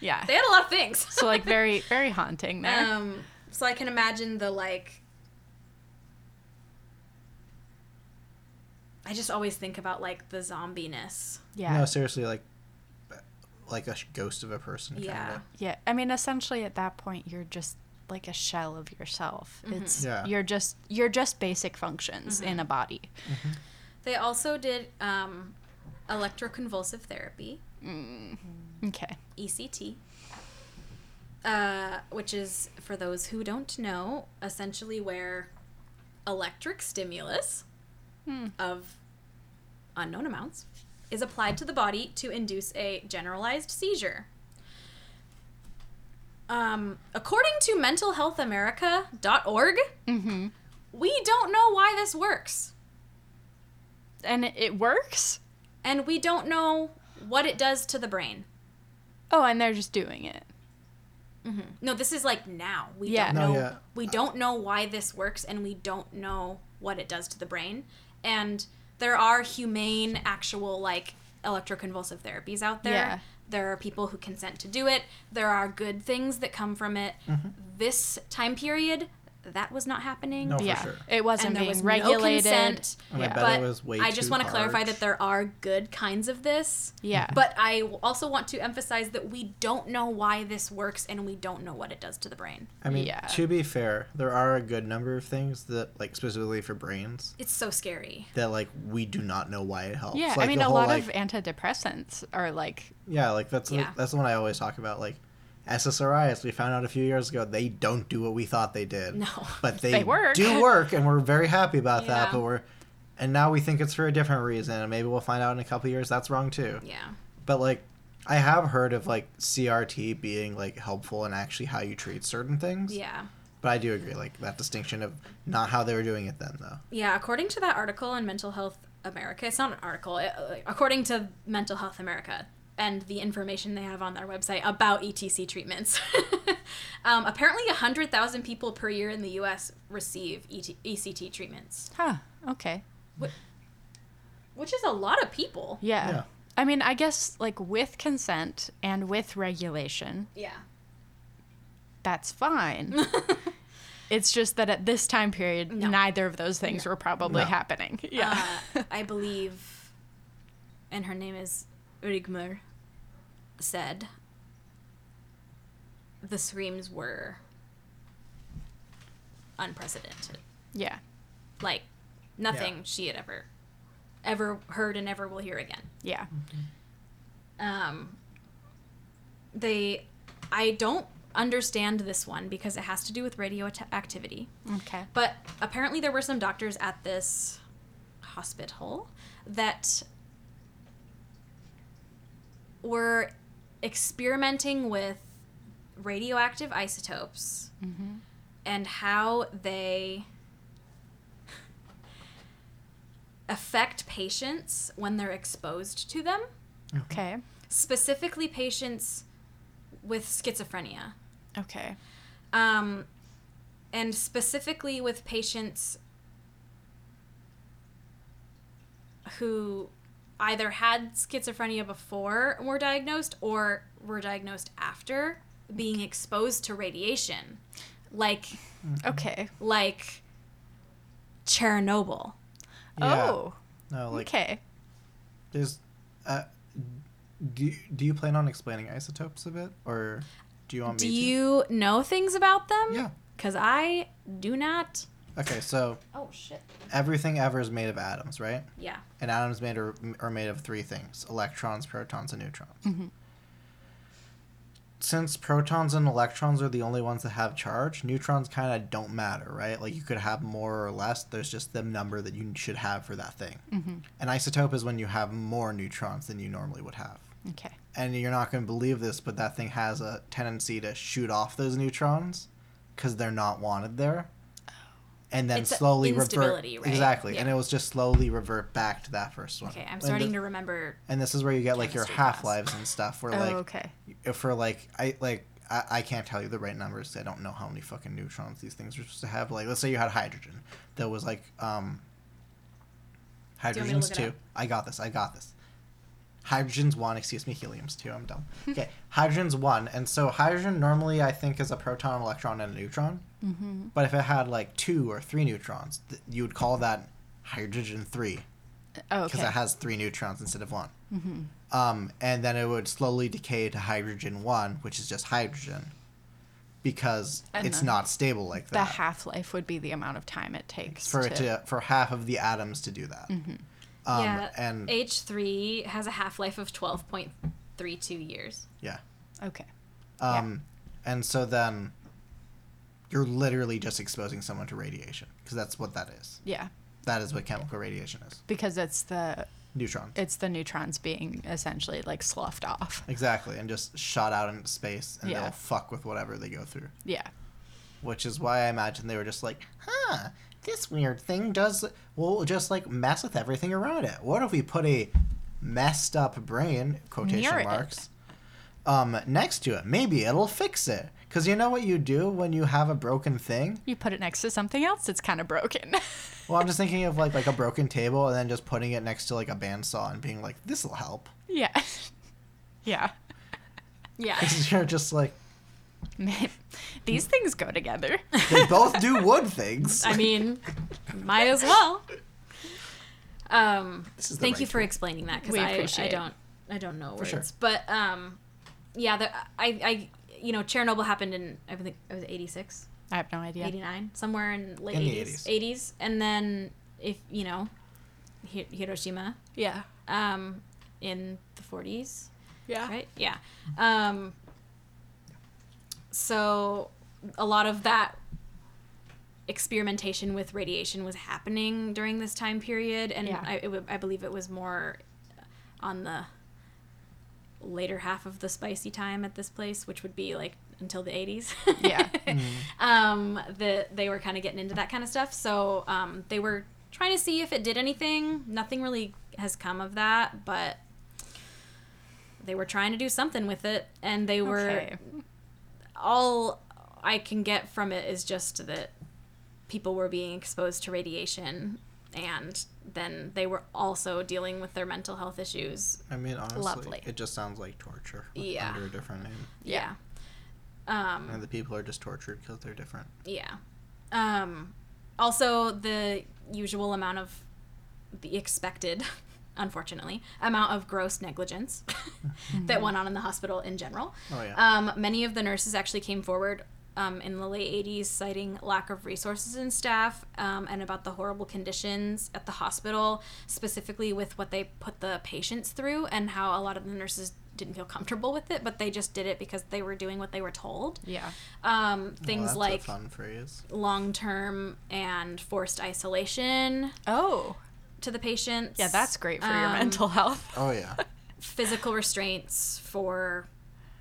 Speaker 2: yeah.
Speaker 1: They had a lot of things.
Speaker 2: so like very very haunting there.
Speaker 1: [laughs] Um, so I can imagine the like. I just always think about like the zombiness.
Speaker 2: [laughs] yeah.
Speaker 3: No, seriously, like like a sh- ghost of a person. Kinda.
Speaker 1: Yeah.
Speaker 2: Yeah, I mean, essentially at that point, you're just like a shell of yourself.
Speaker 1: Mm-hmm.
Speaker 2: It's
Speaker 3: Yeah.
Speaker 2: you're just you're just basic functions in a body.
Speaker 3: Mm-hmm.
Speaker 1: They also did um, electroconvulsive therapy, Mm-hmm.
Speaker 2: Okay.
Speaker 1: ECT, E uh, which is, for those who don't know, essentially where electric stimulus of unknown amounts is applied to the body to induce a generalized seizure. Um, according to mentalhealthamerica.org,
Speaker 2: Mm-hmm.
Speaker 1: we don't know why this works.
Speaker 2: And it, it works.
Speaker 1: and we don't know what it does to the brain.
Speaker 2: Oh, and they're just doing it.
Speaker 1: No, this is like now. We
Speaker 2: Yeah.
Speaker 1: don't
Speaker 3: No,
Speaker 1: know.
Speaker 3: yeah.
Speaker 1: We don't know why this works, and we don't know what it does to the brain. And there are humane, actual like electroconvulsive therapies out there.
Speaker 2: Yeah.
Speaker 1: There are people who consent to do it. There are good things that come from it.
Speaker 3: Mm-hmm.
Speaker 1: This time period, that was not happening.
Speaker 3: No, Oh, for
Speaker 2: yeah,
Speaker 3: sure.
Speaker 2: it wasn't
Speaker 1: And there
Speaker 2: being
Speaker 1: was no
Speaker 2: regulated.
Speaker 1: consent.
Speaker 3: And
Speaker 2: yeah,
Speaker 3: I bet
Speaker 1: But
Speaker 3: it was way
Speaker 1: I just
Speaker 3: too
Speaker 1: want to clarify
Speaker 3: large.
Speaker 1: that there are good kinds of this.
Speaker 2: yeah,
Speaker 1: But I w- also want to emphasize that we don't know why this works and we don't know what it does to the brain.
Speaker 3: I mean,
Speaker 2: Yeah.
Speaker 3: to be fair, there are a good number of things that, like, specifically for brains,
Speaker 1: It's so scary.
Speaker 3: that like we do not know why it helps.
Speaker 2: yeah.
Speaker 3: like,
Speaker 2: I mean,
Speaker 3: the
Speaker 2: a
Speaker 3: whole,
Speaker 2: lot
Speaker 3: like,
Speaker 2: of antidepressants are like
Speaker 3: yeah, like that's
Speaker 1: Yeah.
Speaker 3: that's the one I always talk about. Like SSRIs, we found out a few years ago they don't do what we thought they did.
Speaker 1: No.
Speaker 3: [laughs]
Speaker 1: [laughs]
Speaker 3: but they,
Speaker 2: They work.
Speaker 3: do work, and we're very happy about
Speaker 1: Yeah.
Speaker 3: that. But we're and now we think it's for a different reason, and maybe we'll find out in a couple years that's wrong too.
Speaker 1: Yeah.
Speaker 3: But like, I have heard of like CRT being like helpful in actually how you treat certain things.
Speaker 1: Yeah.
Speaker 3: But I do agree, like that distinction of not how they were doing it then, though.
Speaker 1: Yeah. According to that article in Mental Health America, it's not an article, it, uh, according to Mental Health America and the information they have on their website about ETC treatments, [laughs] um, apparently 100,000 people per year in the US receive E ET- ECT treatments,
Speaker 2: huh. Okay.
Speaker 1: which is a lot of people.
Speaker 2: Yeah.
Speaker 3: Yeah.
Speaker 2: I mean, I guess like with consent and with regulation,
Speaker 1: Yeah.
Speaker 2: that's fine.
Speaker 1: [laughs]
Speaker 2: it's just that at this time period,
Speaker 1: No.
Speaker 2: neither of those things were probably
Speaker 3: No.
Speaker 2: happening.
Speaker 1: [laughs]
Speaker 2: Yeah.
Speaker 1: uh, I believe, and her name is Rigmur, said the screams were unprecedented.
Speaker 2: [laughs] yeah.
Speaker 1: Like nothing she had ever, ever heard and ever will hear again.
Speaker 2: Yeah.
Speaker 1: Um, they, I don't understand this one because it has to do with radioactivity.
Speaker 3: Mm-hmm.
Speaker 2: Okay.
Speaker 1: But apparently, there were some doctors at this hospital that were experimenting with radioactive isotopes
Speaker 2: Mm-hmm.
Speaker 1: and how they affect patients when they're exposed to them,
Speaker 2: Okay.
Speaker 1: specifically patients with schizophrenia
Speaker 2: Okay.
Speaker 1: um, and specifically with patients who either had schizophrenia before and were diagnosed or were diagnosed after being exposed to radiation like
Speaker 3: Mm-hmm.
Speaker 2: Okay.
Speaker 1: like chernobyl
Speaker 2: Oh.
Speaker 3: No, like
Speaker 2: okay.
Speaker 3: there's. Uh, do you, do you plan on explaining isotopes a bit, or do you want
Speaker 1: do
Speaker 3: me
Speaker 1: you know things about them
Speaker 3: to? Yeah.
Speaker 1: because i do not
Speaker 3: Okay, so
Speaker 1: oh shit
Speaker 3: everything ever is made of atoms, right?
Speaker 1: yeah
Speaker 3: and atoms made are, are made of three things electrons protons and neutrons since protons and electrons are the only ones that have charge neutrons kind of don't matter right like you could have more or less there's just the number that you should have for that thing an isotope is when you have more neutrons than you normally would have
Speaker 2: Okay.
Speaker 3: and you're not going to believe this but that thing has a tendency to shoot off those neutrons because they're not wanted there and then
Speaker 1: Oh. It's a
Speaker 3: slowly revert
Speaker 1: instability, right?
Speaker 3: exactly and
Speaker 1: Yeah.
Speaker 3: it was just slowly revert back to that first one
Speaker 1: okay i'm
Speaker 3: And
Speaker 1: starting
Speaker 3: the-
Speaker 1: to remember
Speaker 3: and this is where you get like your
Speaker 1: Chemistry class.
Speaker 3: half lives and stuff where
Speaker 2: Oh,
Speaker 3: like
Speaker 2: okay.
Speaker 3: if for like i like I, I can't tell you the right numbers. 'cause I don't know how many fucking neutrons these things are supposed to have. Like, let's say you had hydrogen that was like um.
Speaker 1: you want me to
Speaker 3: Hydrogens
Speaker 1: look it
Speaker 3: two.
Speaker 1: up?
Speaker 3: I got this. I got this. Hydrogen's one. Excuse me. Helium's two. I'm
Speaker 1: [laughs]
Speaker 3: dumb. Okay. hydrogen's one, and so hydrogen normally I think is a proton, electron, and a neutron. Mm-hmm. But if it had like two or three neutrons, th- you would call that hydrogen three
Speaker 2: Oh,
Speaker 3: because
Speaker 2: okay. Mm-hmm.
Speaker 3: it has three neutrons instead of one. Um, and then it would slowly decay to hydrogen one, which is just hydrogen, because
Speaker 2: And
Speaker 3: it's
Speaker 2: the-
Speaker 3: not stable like
Speaker 2: the
Speaker 3: that.
Speaker 2: half life would be the amount of time it takes
Speaker 3: for
Speaker 2: to,
Speaker 3: it to for half of the atoms to do that.
Speaker 2: Mm-hmm.
Speaker 3: Um,
Speaker 1: yeah.
Speaker 3: And
Speaker 1: H three has a half life of twelve point three two years.
Speaker 3: yeah.
Speaker 2: Okay. Yeah.
Speaker 3: Um, And so then you're literally just exposing someone to radiation because that's what that is.
Speaker 2: Yeah.
Speaker 3: That is what chemical radiation is.
Speaker 2: Because it's the
Speaker 3: Neutrons.
Speaker 2: it's the neutrons being essentially like sloughed off.
Speaker 3: Exactly, and just shot out into space, and
Speaker 2: Yeah.
Speaker 3: they'll fuck with whatever they go through.
Speaker 2: Yeah.
Speaker 3: which is why I imagine they were just like, huh, this weird thing does, will just like mess with everything around it. What if we put a messed up brain, quotation
Speaker 2: Near it.
Speaker 3: marks, um, next to it? Maybe it'll fix it. Because you know what you do when you have a broken thing?
Speaker 2: You put it next to something else, it's kind of broken. [laughs]
Speaker 3: Well, I'm just thinking of like like a broken table and then just putting it next to like a bandsaw and being like, this'll help. [laughs]
Speaker 2: yeah. [laughs] yeah.
Speaker 3: [laughs]
Speaker 1: Yeah.
Speaker 3: 'Cause you're just like,
Speaker 2: Man, [laughs] these things go together.
Speaker 3: they both do wood
Speaker 1: [laughs]
Speaker 3: things.
Speaker 1: I mean, might as well. Um,
Speaker 3: [laughs] This is the
Speaker 1: thank you
Speaker 3: right
Speaker 1: for
Speaker 3: tool.
Speaker 1: explaining that because
Speaker 2: We
Speaker 1: I,
Speaker 2: appreciate
Speaker 1: I
Speaker 2: it.
Speaker 1: don't I don't know words,
Speaker 3: sure.
Speaker 1: but um, yeah, the, I I you know Chernobyl happened in I think it was 86,
Speaker 2: [laughs] I have no idea.
Speaker 1: 89, somewhere in late
Speaker 3: In the
Speaker 1: 80s, 80s, and then if you know Hi- Hiroshima
Speaker 2: Yeah.
Speaker 1: um, in the 40s,
Speaker 2: Yeah.
Speaker 1: right? Yeah. Um, so a lot of that experimentation with radiation was happening during this time period, and
Speaker 2: Yeah.
Speaker 1: I, it, wa- I believe it was more on the later half of the spicy time at this place, which would be like until the 80s. [laughs]
Speaker 2: Yeah.
Speaker 1: um, that they were kind of getting into that kind of stuff. So um, they were trying to see if it did anything. Nothing really has come of that, but they were trying to do something with it, and they were
Speaker 2: Okay.
Speaker 1: all I can get from it is just that people were being exposed to radiation, and then they were also dealing with their mental health issues
Speaker 3: I mean, honestly,
Speaker 2: Lovely.
Speaker 3: it just sounds like torture like,
Speaker 1: Yeah.
Speaker 3: under a different name.
Speaker 1: Yeah. Um,
Speaker 3: And the people are just tortured because they're different.
Speaker 1: yeah. Um, also, the usual amount of the expected, [laughs] unfortunately, amount of gross negligence [laughs] that went on in the hospital in general.
Speaker 3: Mm-hmm. Oh, yeah.
Speaker 1: Um, many of the nurses actually came forward um, in the late 80s citing lack of resources and staff um, and about the horrible conditions at the hospital, specifically with what they put the patients through and how a lot of the nurses didn't feel comfortable with it, but they just did it because they were doing what they were told.
Speaker 2: Yeah.
Speaker 1: Um, things
Speaker 3: well, Oh, that's
Speaker 1: like
Speaker 3: a fun phrase.
Speaker 1: long term and forced isolation
Speaker 2: Oh.
Speaker 1: to the patients.
Speaker 2: Yeah, that's great for your
Speaker 1: Um,
Speaker 2: mental [laughs] health.
Speaker 1: [laughs]
Speaker 3: Oh yeah,
Speaker 1: Physical restraints for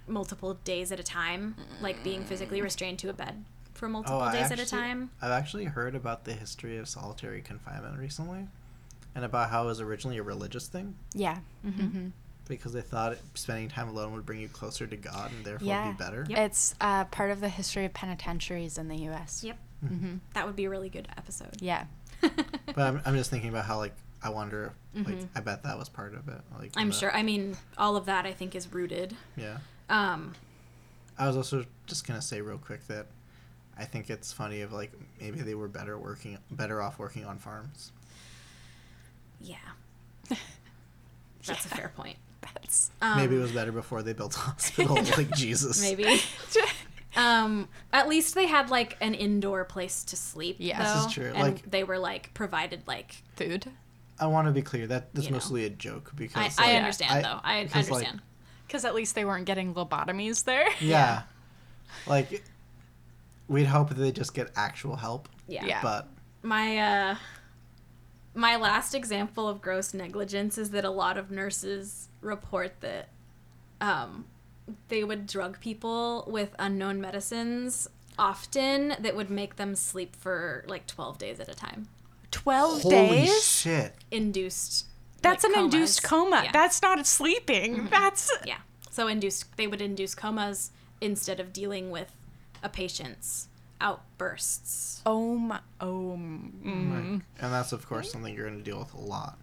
Speaker 1: multiple days at a time, like being
Speaker 2: Mm.
Speaker 1: physically restrained to a bed for multiple
Speaker 3: I
Speaker 1: days at a
Speaker 3: Oh, actually-
Speaker 1: time.
Speaker 3: I've actually heard about the history of solitary confinement recently, and about how it was originally a religious thing
Speaker 2: Yeah.
Speaker 3: because they thought spending time alone would bring you closer to God and therefore
Speaker 2: Yeah.
Speaker 3: be better.
Speaker 2: It's uh, part of the history of penitentiaries in the U.S.
Speaker 1: Yep. That would be a really good episode.
Speaker 2: Mm-hmm. Yeah.
Speaker 3: But I'm, I'm just thinking about how like I wonder, like I bet that was part of it.
Speaker 1: [laughs]
Speaker 3: Like
Speaker 1: Mm-hmm. I'm
Speaker 3: the-
Speaker 1: sure. I mean, all of that I think is rooted.
Speaker 3: Yeah.
Speaker 1: Um,
Speaker 3: I was also just gonna say real quick that I think it's funny of like maybe they were better working better off working on farms.
Speaker 2: [laughs]
Speaker 1: yeah. That's a fair point.
Speaker 2: That's [laughs]
Speaker 1: Um,
Speaker 3: maybe it was better before they
Speaker 1: [laughs]
Speaker 3: built [laughs] a hospital like Jesus. [laughs]
Speaker 1: Maybe. [laughs] um, at least they had like an indoor place to sleep.
Speaker 2: Yeah.
Speaker 1: though,
Speaker 2: This
Speaker 3: is true,
Speaker 1: And
Speaker 3: like-
Speaker 1: they were like provided like.
Speaker 2: food.
Speaker 3: I want to be clear that that's
Speaker 1: You know.
Speaker 3: mostly a joke
Speaker 1: I,
Speaker 3: because
Speaker 1: I
Speaker 3: like,
Speaker 1: understand though. I, I
Speaker 3: because, like,
Speaker 1: understand.
Speaker 2: Because at least they weren't getting lobotomies there.
Speaker 3: yeah, like we'd hope that they just get actual help,
Speaker 1: yeah.
Speaker 2: yeah.
Speaker 3: but
Speaker 1: My uh, my last example of gross negligence is that a lot of nurses report that um, they would drug people with unknown medicines often that would make them sleep for like 12 days at a time.
Speaker 2: Twelve
Speaker 3: holy
Speaker 2: days.
Speaker 3: shit!
Speaker 1: Induced.
Speaker 2: That's
Speaker 1: like,
Speaker 2: an
Speaker 1: comas.
Speaker 2: induced coma.
Speaker 1: Yeah. Mm-hmm.
Speaker 2: That's not sleeping. That's
Speaker 1: Yeah. So induced, they would induce comas instead of dealing with a patient's outbursts.
Speaker 2: Oh my. Oh. mm.
Speaker 1: Mm-hmm.
Speaker 3: And that's of course something you're going to deal with a lot.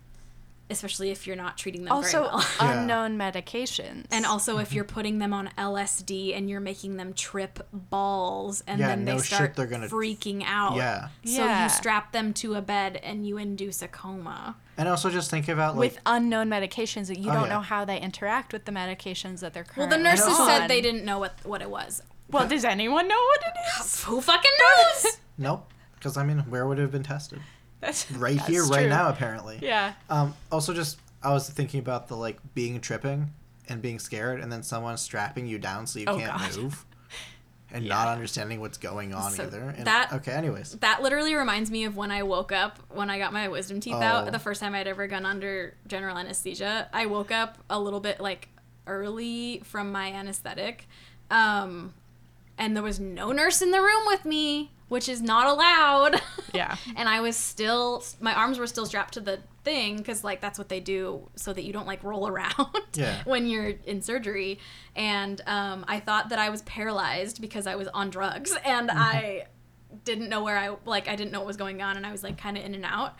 Speaker 1: especially if you're not treating them
Speaker 2: Also,
Speaker 1: very well. [laughs]
Speaker 3: [laughs] Yeah.
Speaker 2: unknown medications.
Speaker 1: And also, if you're putting them on LSD and you're making them trip balls, and
Speaker 3: Yeah,
Speaker 1: then they
Speaker 3: no shit,
Speaker 1: start
Speaker 3: they're gonna-
Speaker 1: freaking out.
Speaker 3: Yeah.
Speaker 1: So
Speaker 2: Yeah.
Speaker 1: you strap them to a bed and you induce a coma.
Speaker 3: And also just think about like
Speaker 2: with unknown medications that you
Speaker 3: Oh,
Speaker 2: don't
Speaker 3: yeah.
Speaker 2: know how they interact with the medications that they're
Speaker 1: Well,
Speaker 2: currently
Speaker 1: the nurses
Speaker 2: on.
Speaker 1: said they didn't know what what it was.
Speaker 2: Well, does anyone know what
Speaker 1: [laughs]
Speaker 2: it is?
Speaker 1: Who fucking [laughs] knows?
Speaker 3: nope, because I mean, where would it have been tested?
Speaker 2: That's,
Speaker 3: Right
Speaker 2: that's
Speaker 3: here, right
Speaker 2: true.
Speaker 3: now, apparently.
Speaker 2: Yeah.
Speaker 3: Um, also, just I was thinking about the like being tripping and being scared, and then someone strapping you down so you
Speaker 2: Oh,
Speaker 3: can't
Speaker 2: God.
Speaker 1: [laughs]
Speaker 3: move, and not understanding what's going on
Speaker 1: So
Speaker 3: either. And,
Speaker 1: that-
Speaker 3: okay, anyways,
Speaker 1: that literally reminds me of when I woke up when I got my wisdom teeth
Speaker 3: Oh.
Speaker 1: out. The first time I'd ever gone under general anesthesia, I woke up a little bit like early from my anesthetic, um, and there was no nurse in the room with me, which is not allowed. [laughs]
Speaker 2: Yeah.
Speaker 1: and I was still, my arms were still strapped to the thing because like that's what they do so that you don't like roll [laughs] around
Speaker 3: Yeah.
Speaker 1: when you're in surgery. And um, I thought that I was paralyzed because I was on drugs [laughs] and I didn't know where I like I didn't know what was going on and I was like kind of in and out.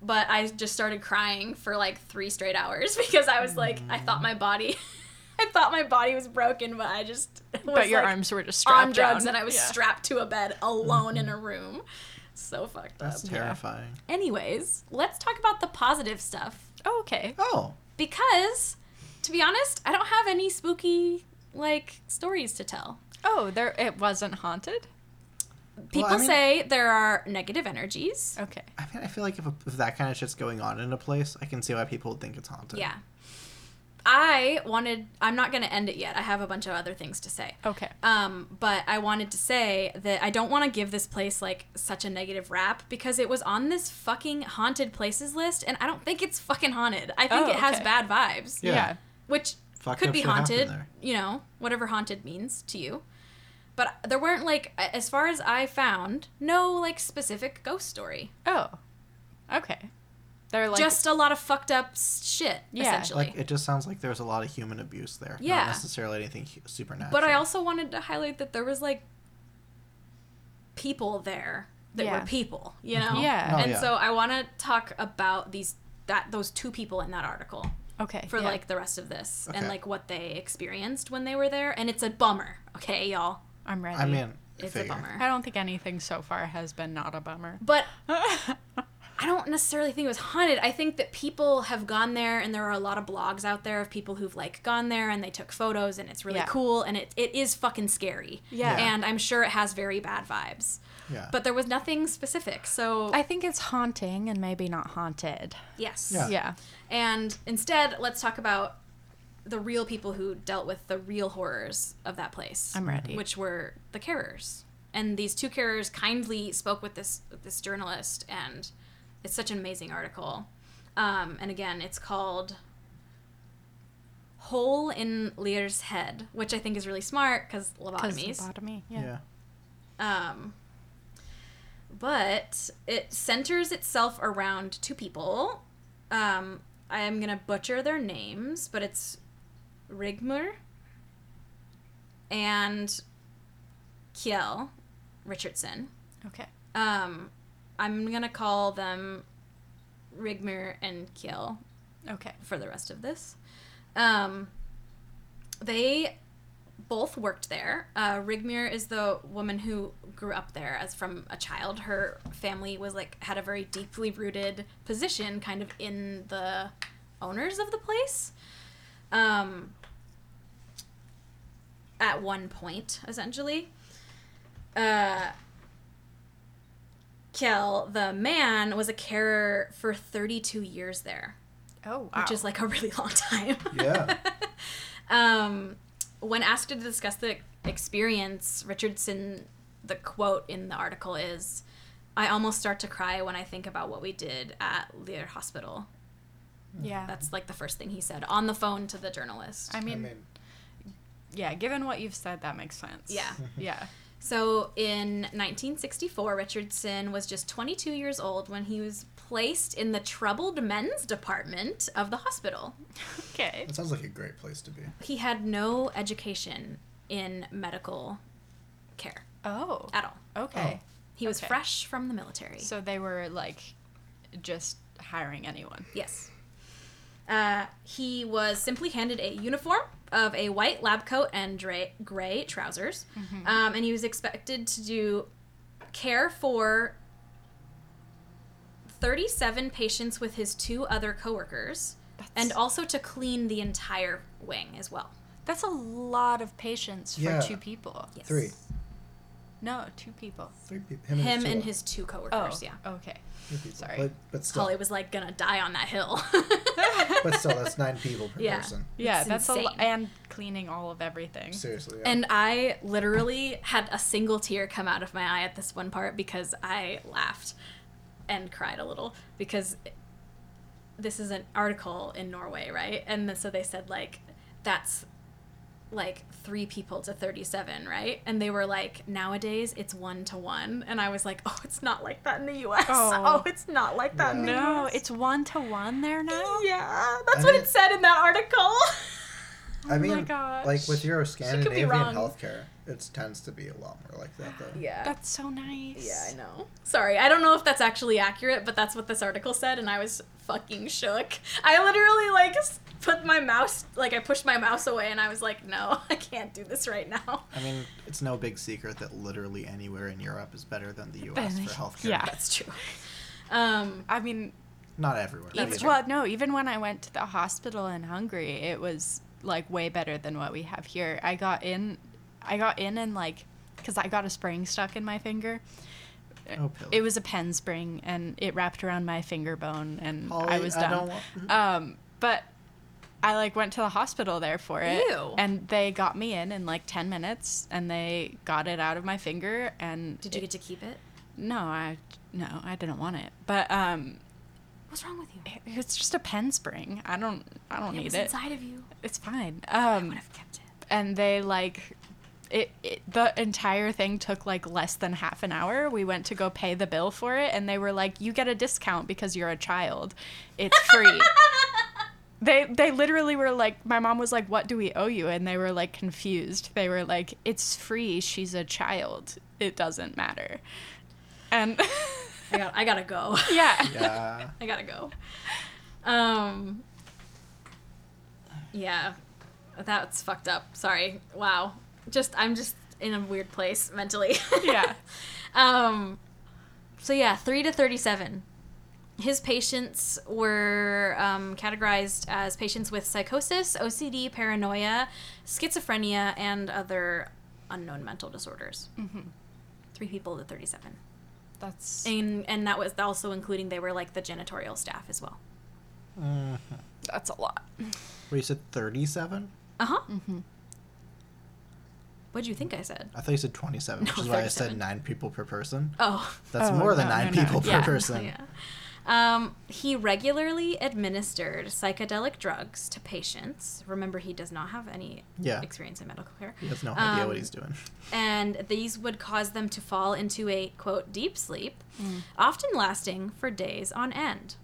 Speaker 1: But I just started crying for like three straight hours [laughs] because I was like I thought my body, [laughs] I thought my body was broken, but I just was,
Speaker 2: But your
Speaker 1: like,
Speaker 2: arms were just strapped
Speaker 1: on drugs
Speaker 2: down.
Speaker 1: and I was
Speaker 2: Yeah.
Speaker 1: strapped to a bed alone in a room. So fucked
Speaker 3: that's
Speaker 1: up.
Speaker 3: terrifying.
Speaker 1: Anyways, let's talk about the positive stuff
Speaker 2: Oh, okay.
Speaker 3: Oh,
Speaker 1: because to be honest, I don't have any spooky like stories to tell.
Speaker 2: Oh, there. It wasn't haunted.
Speaker 1: People
Speaker 3: mean- Oh.
Speaker 1: say there are negative energies.
Speaker 2: Okay.
Speaker 3: I mean, I feel like if, a, if that kind of shit's going on in a place, I can see why people would think it's haunted.
Speaker 1: Yeah. I wanted I'm not going to end it yet. I have a bunch of other things to say.
Speaker 2: Okay.
Speaker 1: Um, but I wanted to say that I don't want to give this place like such a negative rap because it was on this fucking haunted places list and I don't think it's fucking haunted. I think
Speaker 2: Oh,
Speaker 1: it has
Speaker 2: okay.
Speaker 1: bad vibes.
Speaker 3: Yeah.
Speaker 2: yeah.
Speaker 1: which
Speaker 3: Fucked
Speaker 1: could
Speaker 3: up
Speaker 1: be
Speaker 3: shit happened
Speaker 1: haunted,
Speaker 3: there.
Speaker 1: you know, whatever haunted means to you. But there weren't like a- as far as I found, no like specific ghost story.
Speaker 2: Oh, okay. They're like
Speaker 1: Just a lot of fucked up s- shit
Speaker 2: Yeah.
Speaker 1: essentially.
Speaker 3: Like it just sounds like there's a lot of human abuse there.
Speaker 1: Yeah.
Speaker 3: Not necessarily anything hu- supernatural.
Speaker 1: but I also wanted to highlight that there was like people there that
Speaker 2: Yeah.
Speaker 1: were people, you know.
Speaker 2: Yeah. No,
Speaker 1: and
Speaker 3: Oh, yeah.
Speaker 1: so I want to talk about these that those two people in that article
Speaker 2: okay
Speaker 1: for
Speaker 2: yeah.
Speaker 1: like the rest of this and
Speaker 3: Okay.
Speaker 1: like what they experienced when they were there and it's a bummer. Okay, y'all.
Speaker 2: I'm ready.
Speaker 3: I mean,
Speaker 1: It's
Speaker 3: figure.
Speaker 1: a bummer.
Speaker 2: I don't think anything so far has been not
Speaker 1: [laughs]
Speaker 2: a bummer.
Speaker 1: But I don't necessarily think it was haunted. I think that people have gone there, and there are a lot of blogs out there of people who've like gone there and they took photos, and it's really
Speaker 2: Yeah.
Speaker 1: cool, and it it is fucking scary.
Speaker 2: Yeah.
Speaker 3: Yeah.
Speaker 1: and I'm sure it has very bad vibes.
Speaker 3: Yeah.
Speaker 1: But there was nothing specific, so
Speaker 2: I think it's haunting and maybe not haunted.
Speaker 1: yes.
Speaker 3: Yeah.
Speaker 2: Yeah.
Speaker 1: And instead, let's talk about the real people who dealt with the real horrors of that place.
Speaker 2: I'm ready.
Speaker 1: Which were the carers. And these two carers kindly spoke with this with this journalist, and it's such an amazing article. Um, and again, it's called "Hole in Lear's Head," which I think is really smart because
Speaker 2: 'Cause
Speaker 1: lobotomies.
Speaker 2: lobotomy, Yeah.
Speaker 1: [laughs]
Speaker 3: yeah.
Speaker 1: Um, but it centers itself around two people. Um, I am going to butcher their names, but it's Rigmur and Kiel Richardson.
Speaker 2: Okay.
Speaker 1: Um, I'm going to call them Rigmur and Kiel
Speaker 2: Okay.
Speaker 1: for the rest of this. Um, they both worked there. Uh, Rigmir is the woman who grew up there as from a child. Her family was like had a very deeply rooted position, kind of in the owners of the place. Um, at one point, essentially. Uh, Kel, the man, was a carer for 32 years there
Speaker 2: Oh wow.
Speaker 1: which is like a really [laughs] long time.
Speaker 3: Yeah.
Speaker 1: um, when asked to discuss the experience, Richardson, the quote in the article is, "I almost start to cry when I think about what we did at Lear Hospital."
Speaker 2: yeah.
Speaker 1: That's like the first thing he said on the phone to the journalist.
Speaker 2: I mean,
Speaker 3: I mean,
Speaker 2: yeah. Given what you've said, that makes sense.
Speaker 1: Yeah.
Speaker 2: [laughs] yeah.
Speaker 1: So in 1964, Richardson was just 22 years old when he was placed in the troubled men's department of the hospital.
Speaker 2: Okay.
Speaker 3: it sounds like a great place to be.
Speaker 1: He had no education in medical care
Speaker 2: Oh.
Speaker 1: at all.
Speaker 2: Okay.
Speaker 1: He was
Speaker 2: Okay.
Speaker 1: fresh from the military.
Speaker 2: So they were like just hiring anyone.
Speaker 1: Yes. Uh, he was simply handed a uniform of a white lab coat and dra- gray trousers,
Speaker 2: Mm-hmm.
Speaker 1: um, and he was expected to do care for 37 patients with his two other coworkers, and
Speaker 2: That's-
Speaker 1: also to clean the entire wing as well.
Speaker 2: That's a lot of patients for
Speaker 3: Yeah.
Speaker 2: two people.
Speaker 1: Yes.
Speaker 3: Three.
Speaker 2: No, two people.
Speaker 3: Three people.
Speaker 1: Him and
Speaker 3: two-
Speaker 1: his two
Speaker 2: Oh,
Speaker 1: coworkers. Yeah.
Speaker 2: okay.
Speaker 3: three people.
Speaker 2: sorry.
Speaker 3: But, but still,
Speaker 1: Holly was like gonna die on that hill.
Speaker 3: but
Speaker 1: [laughs]
Speaker 2: [laughs]
Speaker 3: still, that's nine people per
Speaker 1: Yeah.
Speaker 3: person.
Speaker 2: Yeah,
Speaker 1: It's
Speaker 2: that's a lot.
Speaker 1: insane.
Speaker 2: And cleaning all of everything.
Speaker 3: Seriously. Yeah.
Speaker 1: And I literally had a single tear come out of my eye at this one part because I laughed and cried a little because this is an article in Norway, right? And then, so they said like that's like three people to 37, right? And they were like nowadays it's 1 to 1 and I was like, [laughs] "Oh, it's not like that in the US.
Speaker 2: Oh.
Speaker 1: [laughs] Oh, it's not like that in the
Speaker 2: No,
Speaker 1: US."
Speaker 2: it's one to one there now.
Speaker 1: Yeah, that's
Speaker 3: I
Speaker 1: what
Speaker 3: mean-
Speaker 1: it said in that article. [laughs]
Speaker 3: I mean,
Speaker 2: oh gosh.
Speaker 3: like with your Scandinavian
Speaker 1: wrong.
Speaker 3: healthcare, it tends to be a lot more like that, though.
Speaker 1: yeah.
Speaker 2: That's so nice.
Speaker 1: Yeah, I know. [laughs] Sorry, I don't know if that's actually accurate, but that's what this article said, and I was fucking shook. I literally like s- put my mouse, like I pushed my mouse away, and I was like, no, [laughs] I can't do this right now.
Speaker 3: I mean, it's no big secret that literally anywhere in Europe is better than the U.S.
Speaker 2: Than-
Speaker 3: for healthcare.
Speaker 2: yeah.
Speaker 1: That's true. Um,
Speaker 2: I mean,
Speaker 3: Not everywhere.
Speaker 1: That's
Speaker 3: either.
Speaker 1: true.
Speaker 2: well, no, even when I went to the hospital in Hungary, it was like way better than what we have here. I got in, I got in and like, because I got a spring stuck in my finger.
Speaker 3: Oh, Pilly.
Speaker 2: It was a pen spring and it wrapped around my finger bone and I
Speaker 3: Holly,
Speaker 2: was
Speaker 3: I
Speaker 2: done.
Speaker 3: don't want-
Speaker 2: Um, but I like went to the hospital there for it,
Speaker 1: Ew.
Speaker 2: and they got me in in like ten minutes, and they got it out of my finger. And
Speaker 1: did you
Speaker 2: it-
Speaker 1: get to keep it?
Speaker 2: no, I no, I didn't want it. But um,
Speaker 1: What's wrong with you?
Speaker 2: it- it's just a pen spring. I don't, I don't
Speaker 1: It
Speaker 2: need
Speaker 1: was
Speaker 2: it.
Speaker 1: inside of you.
Speaker 2: It's fine.
Speaker 1: I would
Speaker 2: Um,
Speaker 1: have kept it.
Speaker 2: and they like. It, it the entire thing took like less than half an hour. We went to go pay the bill for it, and they were like, "You get a discount because you're a child. It's
Speaker 1: [laughs]
Speaker 2: free." They they literally were like my mom was like what do we owe you and they were like confused. They were like it's free, she's a child. It doesn't matter. And [laughs]
Speaker 1: I got. I gotta go. [laughs]
Speaker 2: yeah.
Speaker 3: yeah. [laughs]
Speaker 1: I gotta go. Um. Yeah, that's fucked up. Sorry. Wow. Just I'm just in a weird place mentally. [laughs]
Speaker 2: Yeah.
Speaker 1: um. So yeah, three to thirty-seven. His patients were um, categorized as patients with psychosis, OCD, paranoia, schizophrenia, and other unknown mental disorders. Mm-hmm. Three people to thirty-seven,
Speaker 2: That's
Speaker 1: and and that was also including they were like the janitorial staff as well.
Speaker 2: that's a lot.
Speaker 3: Wait, you said 37?
Speaker 1: Uh huh.
Speaker 2: Mm-hmm.
Speaker 1: What do you think I said?
Speaker 3: I thought you said 27, which
Speaker 1: No,
Speaker 3: is why I
Speaker 1: 37.
Speaker 3: said nine people per person.
Speaker 1: Oh,
Speaker 3: That's
Speaker 2: Oh,
Speaker 3: more than
Speaker 2: no,
Speaker 3: nine
Speaker 2: no, no.
Speaker 3: people per
Speaker 2: Yeah.
Speaker 1: [laughs]
Speaker 3: person.
Speaker 1: yeah. Um, he regularly administered psychedelic drugs to patients. Remember, he does not have any
Speaker 3: Yeah.
Speaker 1: experience in medical care.
Speaker 3: He has no idea
Speaker 1: Um,
Speaker 3: what he's doing.
Speaker 1: And these would cause them to fall into a, quote, deep sleep, often lasting for days on end.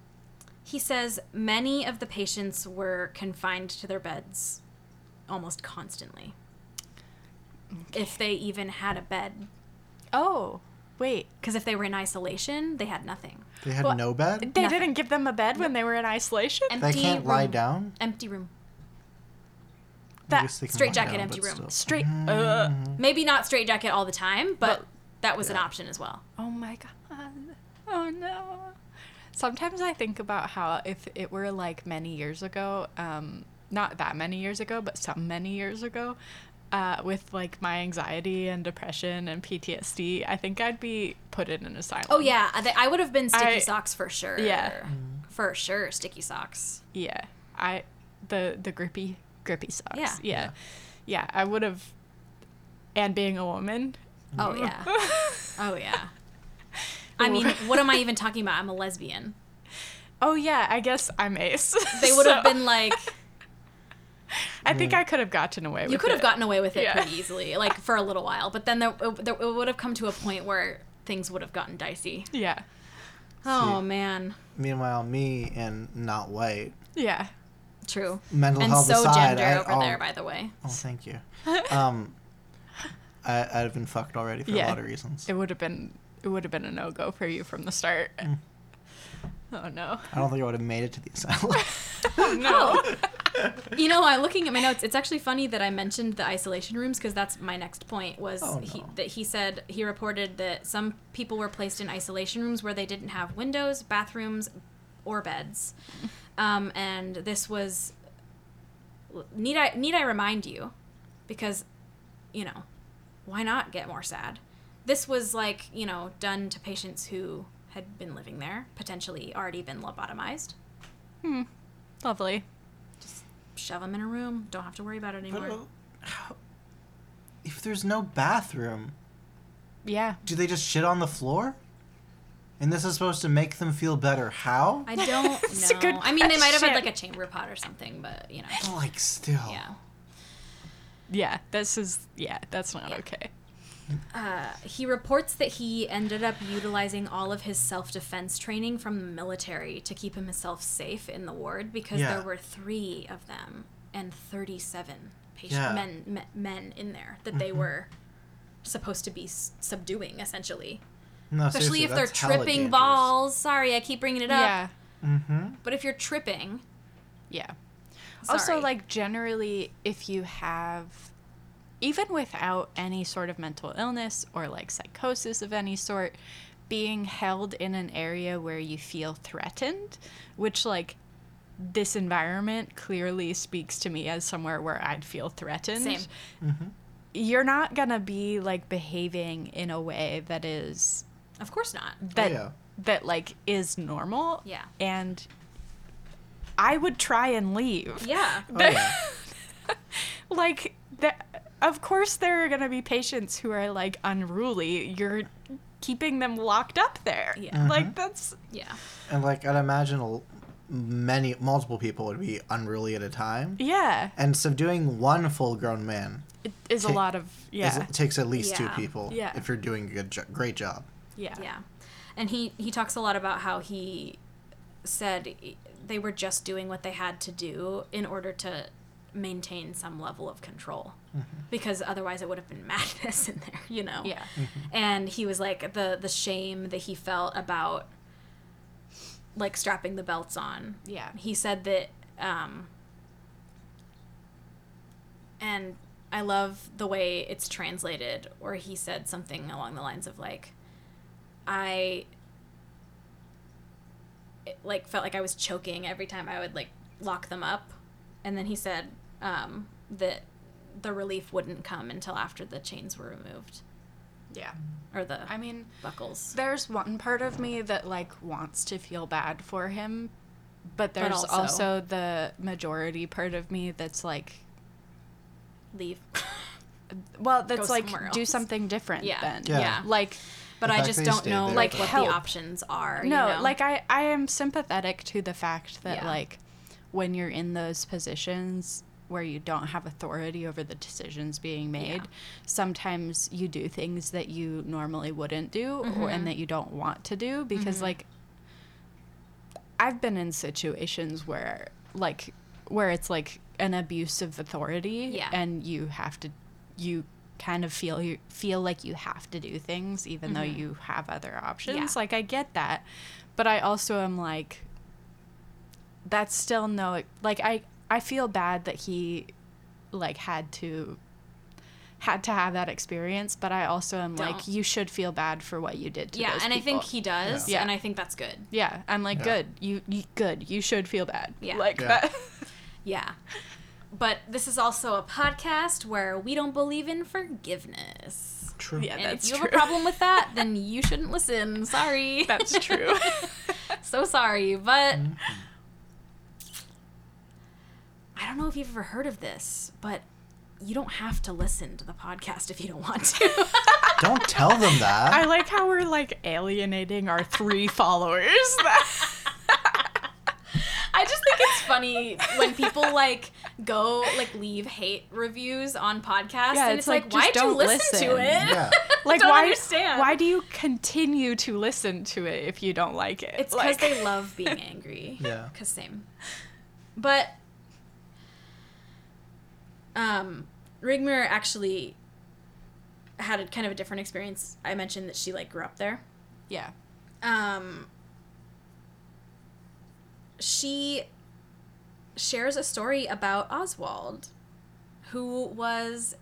Speaker 1: He says many of the patients were confined to their beds almost constantly. If they even had a bed
Speaker 2: Oh, wait.
Speaker 1: Because if they were in isolation, they had nothing.
Speaker 3: They had
Speaker 2: well,
Speaker 3: no bed?
Speaker 2: They
Speaker 1: Nothing.
Speaker 2: didn't give them a bed when they were in isolation?
Speaker 1: Empty
Speaker 3: They can't
Speaker 1: room.
Speaker 3: lie down?
Speaker 1: Empty room.
Speaker 3: I
Speaker 2: That-
Speaker 3: guess they can
Speaker 1: straight
Speaker 3: lie
Speaker 1: jacket,
Speaker 3: down,
Speaker 1: empty
Speaker 3: "Oh, but
Speaker 1: room.
Speaker 3: still. Mm-hmm.
Speaker 2: Straight uh,
Speaker 1: Maybe not straight jacket all the time, but
Speaker 2: But-
Speaker 1: that was an
Speaker 3: Yeah.
Speaker 1: option as well.
Speaker 2: Oh my god. Oh no. Sometimes I think about how if it were like many years ago, um, not that many years ago, but some many years ago, uh, with like my anxiety and depression and PTSD, I think I'd be put in an asylum.
Speaker 1: Oh yeah, I, th- I would have been sticky
Speaker 2: I-
Speaker 1: socks for sure. Mm.
Speaker 2: Yeah.
Speaker 1: For sure, sticky socks.
Speaker 2: Yeah. I the the grippy grippy socks.
Speaker 1: Yeah.
Speaker 2: Yeah. Yeah, I would have and being a woman. [laughs]
Speaker 1: Oh [laughs] yeah. Oh [laughs] yeah. I mean, what am I even talking about? I'm a lesbian.
Speaker 2: Oh yeah, I guess I'm ace.
Speaker 1: They would have
Speaker 2: [laughs] So,
Speaker 1: been [laughs] like,
Speaker 2: I think I could have gotten away with
Speaker 1: you could have
Speaker 2: it.
Speaker 1: gotten away with it
Speaker 2: Yeah.
Speaker 1: pretty easily, like for a little while. But then there, there, it would have come to a point where things would have gotten dicey.
Speaker 2: Yeah.
Speaker 1: Oh man,
Speaker 3: Meanwhile, me and not white.
Speaker 2: Yeah.
Speaker 1: true.
Speaker 3: Mental
Speaker 1: and
Speaker 3: health
Speaker 1: so
Speaker 3: aside,
Speaker 1: gender
Speaker 3: I- oh,
Speaker 1: over [laughs]
Speaker 3: I'll-
Speaker 1: there, by the way.
Speaker 3: Oh, thank you. Um, I, I'd have been fucked already for
Speaker 2: Yeah.
Speaker 3: a lot of reasons.
Speaker 2: It would have been it would have been a no go for you from the start. [laughs] Oh
Speaker 1: [laughs]
Speaker 2: no. Oh,
Speaker 3: I don't think I would have made it to the asylum. [laughs]
Speaker 2: No. [laughs]
Speaker 1: You know, I looking at my notes. It's actually funny that I mentioned the isolation rooms because that's my next point. Was
Speaker 3: Oh,
Speaker 1: he,
Speaker 3: no.
Speaker 1: that he said he reported that some people were placed in isolation rooms where they didn't have windows, bathrooms, or beds, um, and this was. Need I need I remind you, because, you know, why not get more sad? This was like you know done to patients who had been living there, potentially already been lobotomized.
Speaker 2: Hmm. Lovely.
Speaker 1: Shove them in a room. Don't have to worry about it anymore.
Speaker 3: But, uh, how- if there's no bathroom,
Speaker 2: Yeah.
Speaker 3: do they just shit on the floor? And this is supposed to make them feel better. How?
Speaker 1: I don't [laughs] know.
Speaker 2: It's a good
Speaker 1: I mean, they might have had
Speaker 2: question.
Speaker 1: like a chamber pot or something, but you know,
Speaker 3: like still.
Speaker 1: yeah.
Speaker 2: Yeah. This is yeah, that's not
Speaker 1: Yeah.
Speaker 2: okay.
Speaker 1: Uh, he reports that he ended up utilizing all of his self defense training from the military to keep himself safe in the ward because
Speaker 3: Yeah.
Speaker 1: there were three of them and 37 patient,
Speaker 3: Yeah. Mm-hmm.
Speaker 1: men, men men in there that they were supposed to be s- subduing essentially.
Speaker 3: No,
Speaker 1: Especially
Speaker 3: Oh, seriously,
Speaker 1: if they're
Speaker 3: that's hella
Speaker 1: tripping
Speaker 3: dangerous. Mm-hmm. Oh,
Speaker 1: balls. Sorry, I keep bringing it up.
Speaker 2: Yeah.
Speaker 1: But if you're tripping,
Speaker 2: Yeah. Also
Speaker 1: Sorry.
Speaker 2: like generally if you have even without any sort of mental illness or like psychosis of any sort being held in an area where you feel threatened, which like this environment clearly speaks to me as somewhere where I'd feel threatened.
Speaker 1: Same.
Speaker 2: You're not going to be like behaving in a way that is
Speaker 1: of course not.
Speaker 2: that
Speaker 3: yeah. Oh,
Speaker 2: that like is normal.
Speaker 1: Yeah.
Speaker 2: And I would try and leave.
Speaker 1: Yeah.
Speaker 3: Oh, yeah.
Speaker 2: Like that of course there are going to be patients who are like unruly. You're keeping them locked up there.
Speaker 1: Yeah. Mhm.
Speaker 2: Like that's
Speaker 1: Yeah.
Speaker 3: And like I'd imagine l- many multiple people would be unruly at a time.
Speaker 2: yeah.
Speaker 3: And subduing one full-grown man
Speaker 2: It is a
Speaker 3: Ta-
Speaker 2: lot of
Speaker 3: is,
Speaker 2: yeah.
Speaker 3: takes at least two
Speaker 1: Yeah.
Speaker 3: people.
Speaker 2: Yeah.
Speaker 3: If you're doing a good jo- great job.
Speaker 2: yeah.
Speaker 1: Yeah. And he he talks a lot about how he said they were just doing what they had to do in order to maintain some level of control. Because otherwise it would have been [laughs] madness in there, you know.
Speaker 2: Yeah.
Speaker 1: And he was like the the shame that he felt about like strapping the belts on.
Speaker 2: Yeah.
Speaker 1: He said that um and I love the way it's translated or he said something along the lines of like I it, like felt like I was choking every time I would like lock them up, and then he said um, that the relief wouldn't come until after the chains were removed
Speaker 2: Yeah.
Speaker 1: or the
Speaker 2: I mean,
Speaker 1: buckles.
Speaker 2: There's one part of me that like wants to feel bad for him, but there's
Speaker 1: also-
Speaker 2: also the majority part of me that's like, [laughs]
Speaker 1: Leave.
Speaker 2: well, that's
Speaker 1: Go
Speaker 2: like
Speaker 1: somewhere
Speaker 2: do
Speaker 1: else.
Speaker 2: something different
Speaker 1: Yeah.
Speaker 2: then.
Speaker 3: Yeah.
Speaker 1: Yeah.
Speaker 2: Like
Speaker 1: But
Speaker 3: The
Speaker 1: I
Speaker 3: fact
Speaker 1: just
Speaker 3: that he
Speaker 1: don't
Speaker 3: stayed
Speaker 1: know
Speaker 3: there
Speaker 1: like
Speaker 2: for
Speaker 1: what
Speaker 2: help.
Speaker 1: the options are. you
Speaker 2: no,
Speaker 1: know?
Speaker 2: like I I am sympathetic to the fact that
Speaker 1: Yeah.
Speaker 2: like when you're in those positions where you don't have authority over the decisions being made, sometimes you do things that you normally wouldn't do
Speaker 1: Mm-hmm.
Speaker 2: or, and that you don't want to do because like I've been in situations where like where it's like an abuse of authority
Speaker 1: Yeah.
Speaker 2: and you have to you kind of feel you feel like you have to do things even though you have other options
Speaker 1: Mm-hmm. Yeah.
Speaker 2: like I get that but I also am like that's still no like I I feel bad that he like had to had to have that experience but I also am like
Speaker 1: Don't.
Speaker 2: you should feel bad for what you did to
Speaker 1: yeah,
Speaker 2: those
Speaker 1: and I think
Speaker 2: people.
Speaker 1: he does,
Speaker 2: Yeah.
Speaker 1: and I think that's good.
Speaker 2: Yeah, I'm like
Speaker 3: Yeah.
Speaker 2: good. You, you good. You should feel bad.
Speaker 1: Yeah.
Speaker 2: Like
Speaker 3: Yeah.
Speaker 2: that. [laughs]
Speaker 1: Yeah. [laughs] But this is also a podcast where we don't believe in forgiveness.
Speaker 3: True.
Speaker 2: Yeah.
Speaker 1: and if
Speaker 2: that's
Speaker 1: you have a
Speaker 2: true.
Speaker 1: problem with that,
Speaker 2: [laughs]
Speaker 1: then you shouldn't listen. Sorry. [laughs]
Speaker 2: That's true.
Speaker 1: so sorry, but I don't know if you've ever heard of this, but you don't have to listen to the podcast if you don't want to.
Speaker 3: [laughs] Don't tell them that.
Speaker 2: I like how we're like alienating our
Speaker 1: [laughs]
Speaker 2: three followers.
Speaker 1: I just think it's funny when people like go like leave hate reviews on podcasts
Speaker 2: Yeah,
Speaker 1: and it's
Speaker 2: it's like,
Speaker 1: like,
Speaker 2: just
Speaker 1: why'd you
Speaker 2: don't
Speaker 1: listen, to
Speaker 2: listen.
Speaker 1: it?
Speaker 2: [laughs]
Speaker 3: Yeah.
Speaker 2: like
Speaker 1: Don't
Speaker 2: why?
Speaker 1: understand.
Speaker 2: Why do you continue to listen to it if you don't like it?
Speaker 1: It's because
Speaker 2: like,
Speaker 1: they love being angry.
Speaker 3: [laughs] Yeah.
Speaker 1: Cause same. But um Rigmir actually had a kind of a different experience. I mentioned that she like grew up there.
Speaker 2: [laughs] Yeah.
Speaker 1: Um, she shares a story about Oswald, who was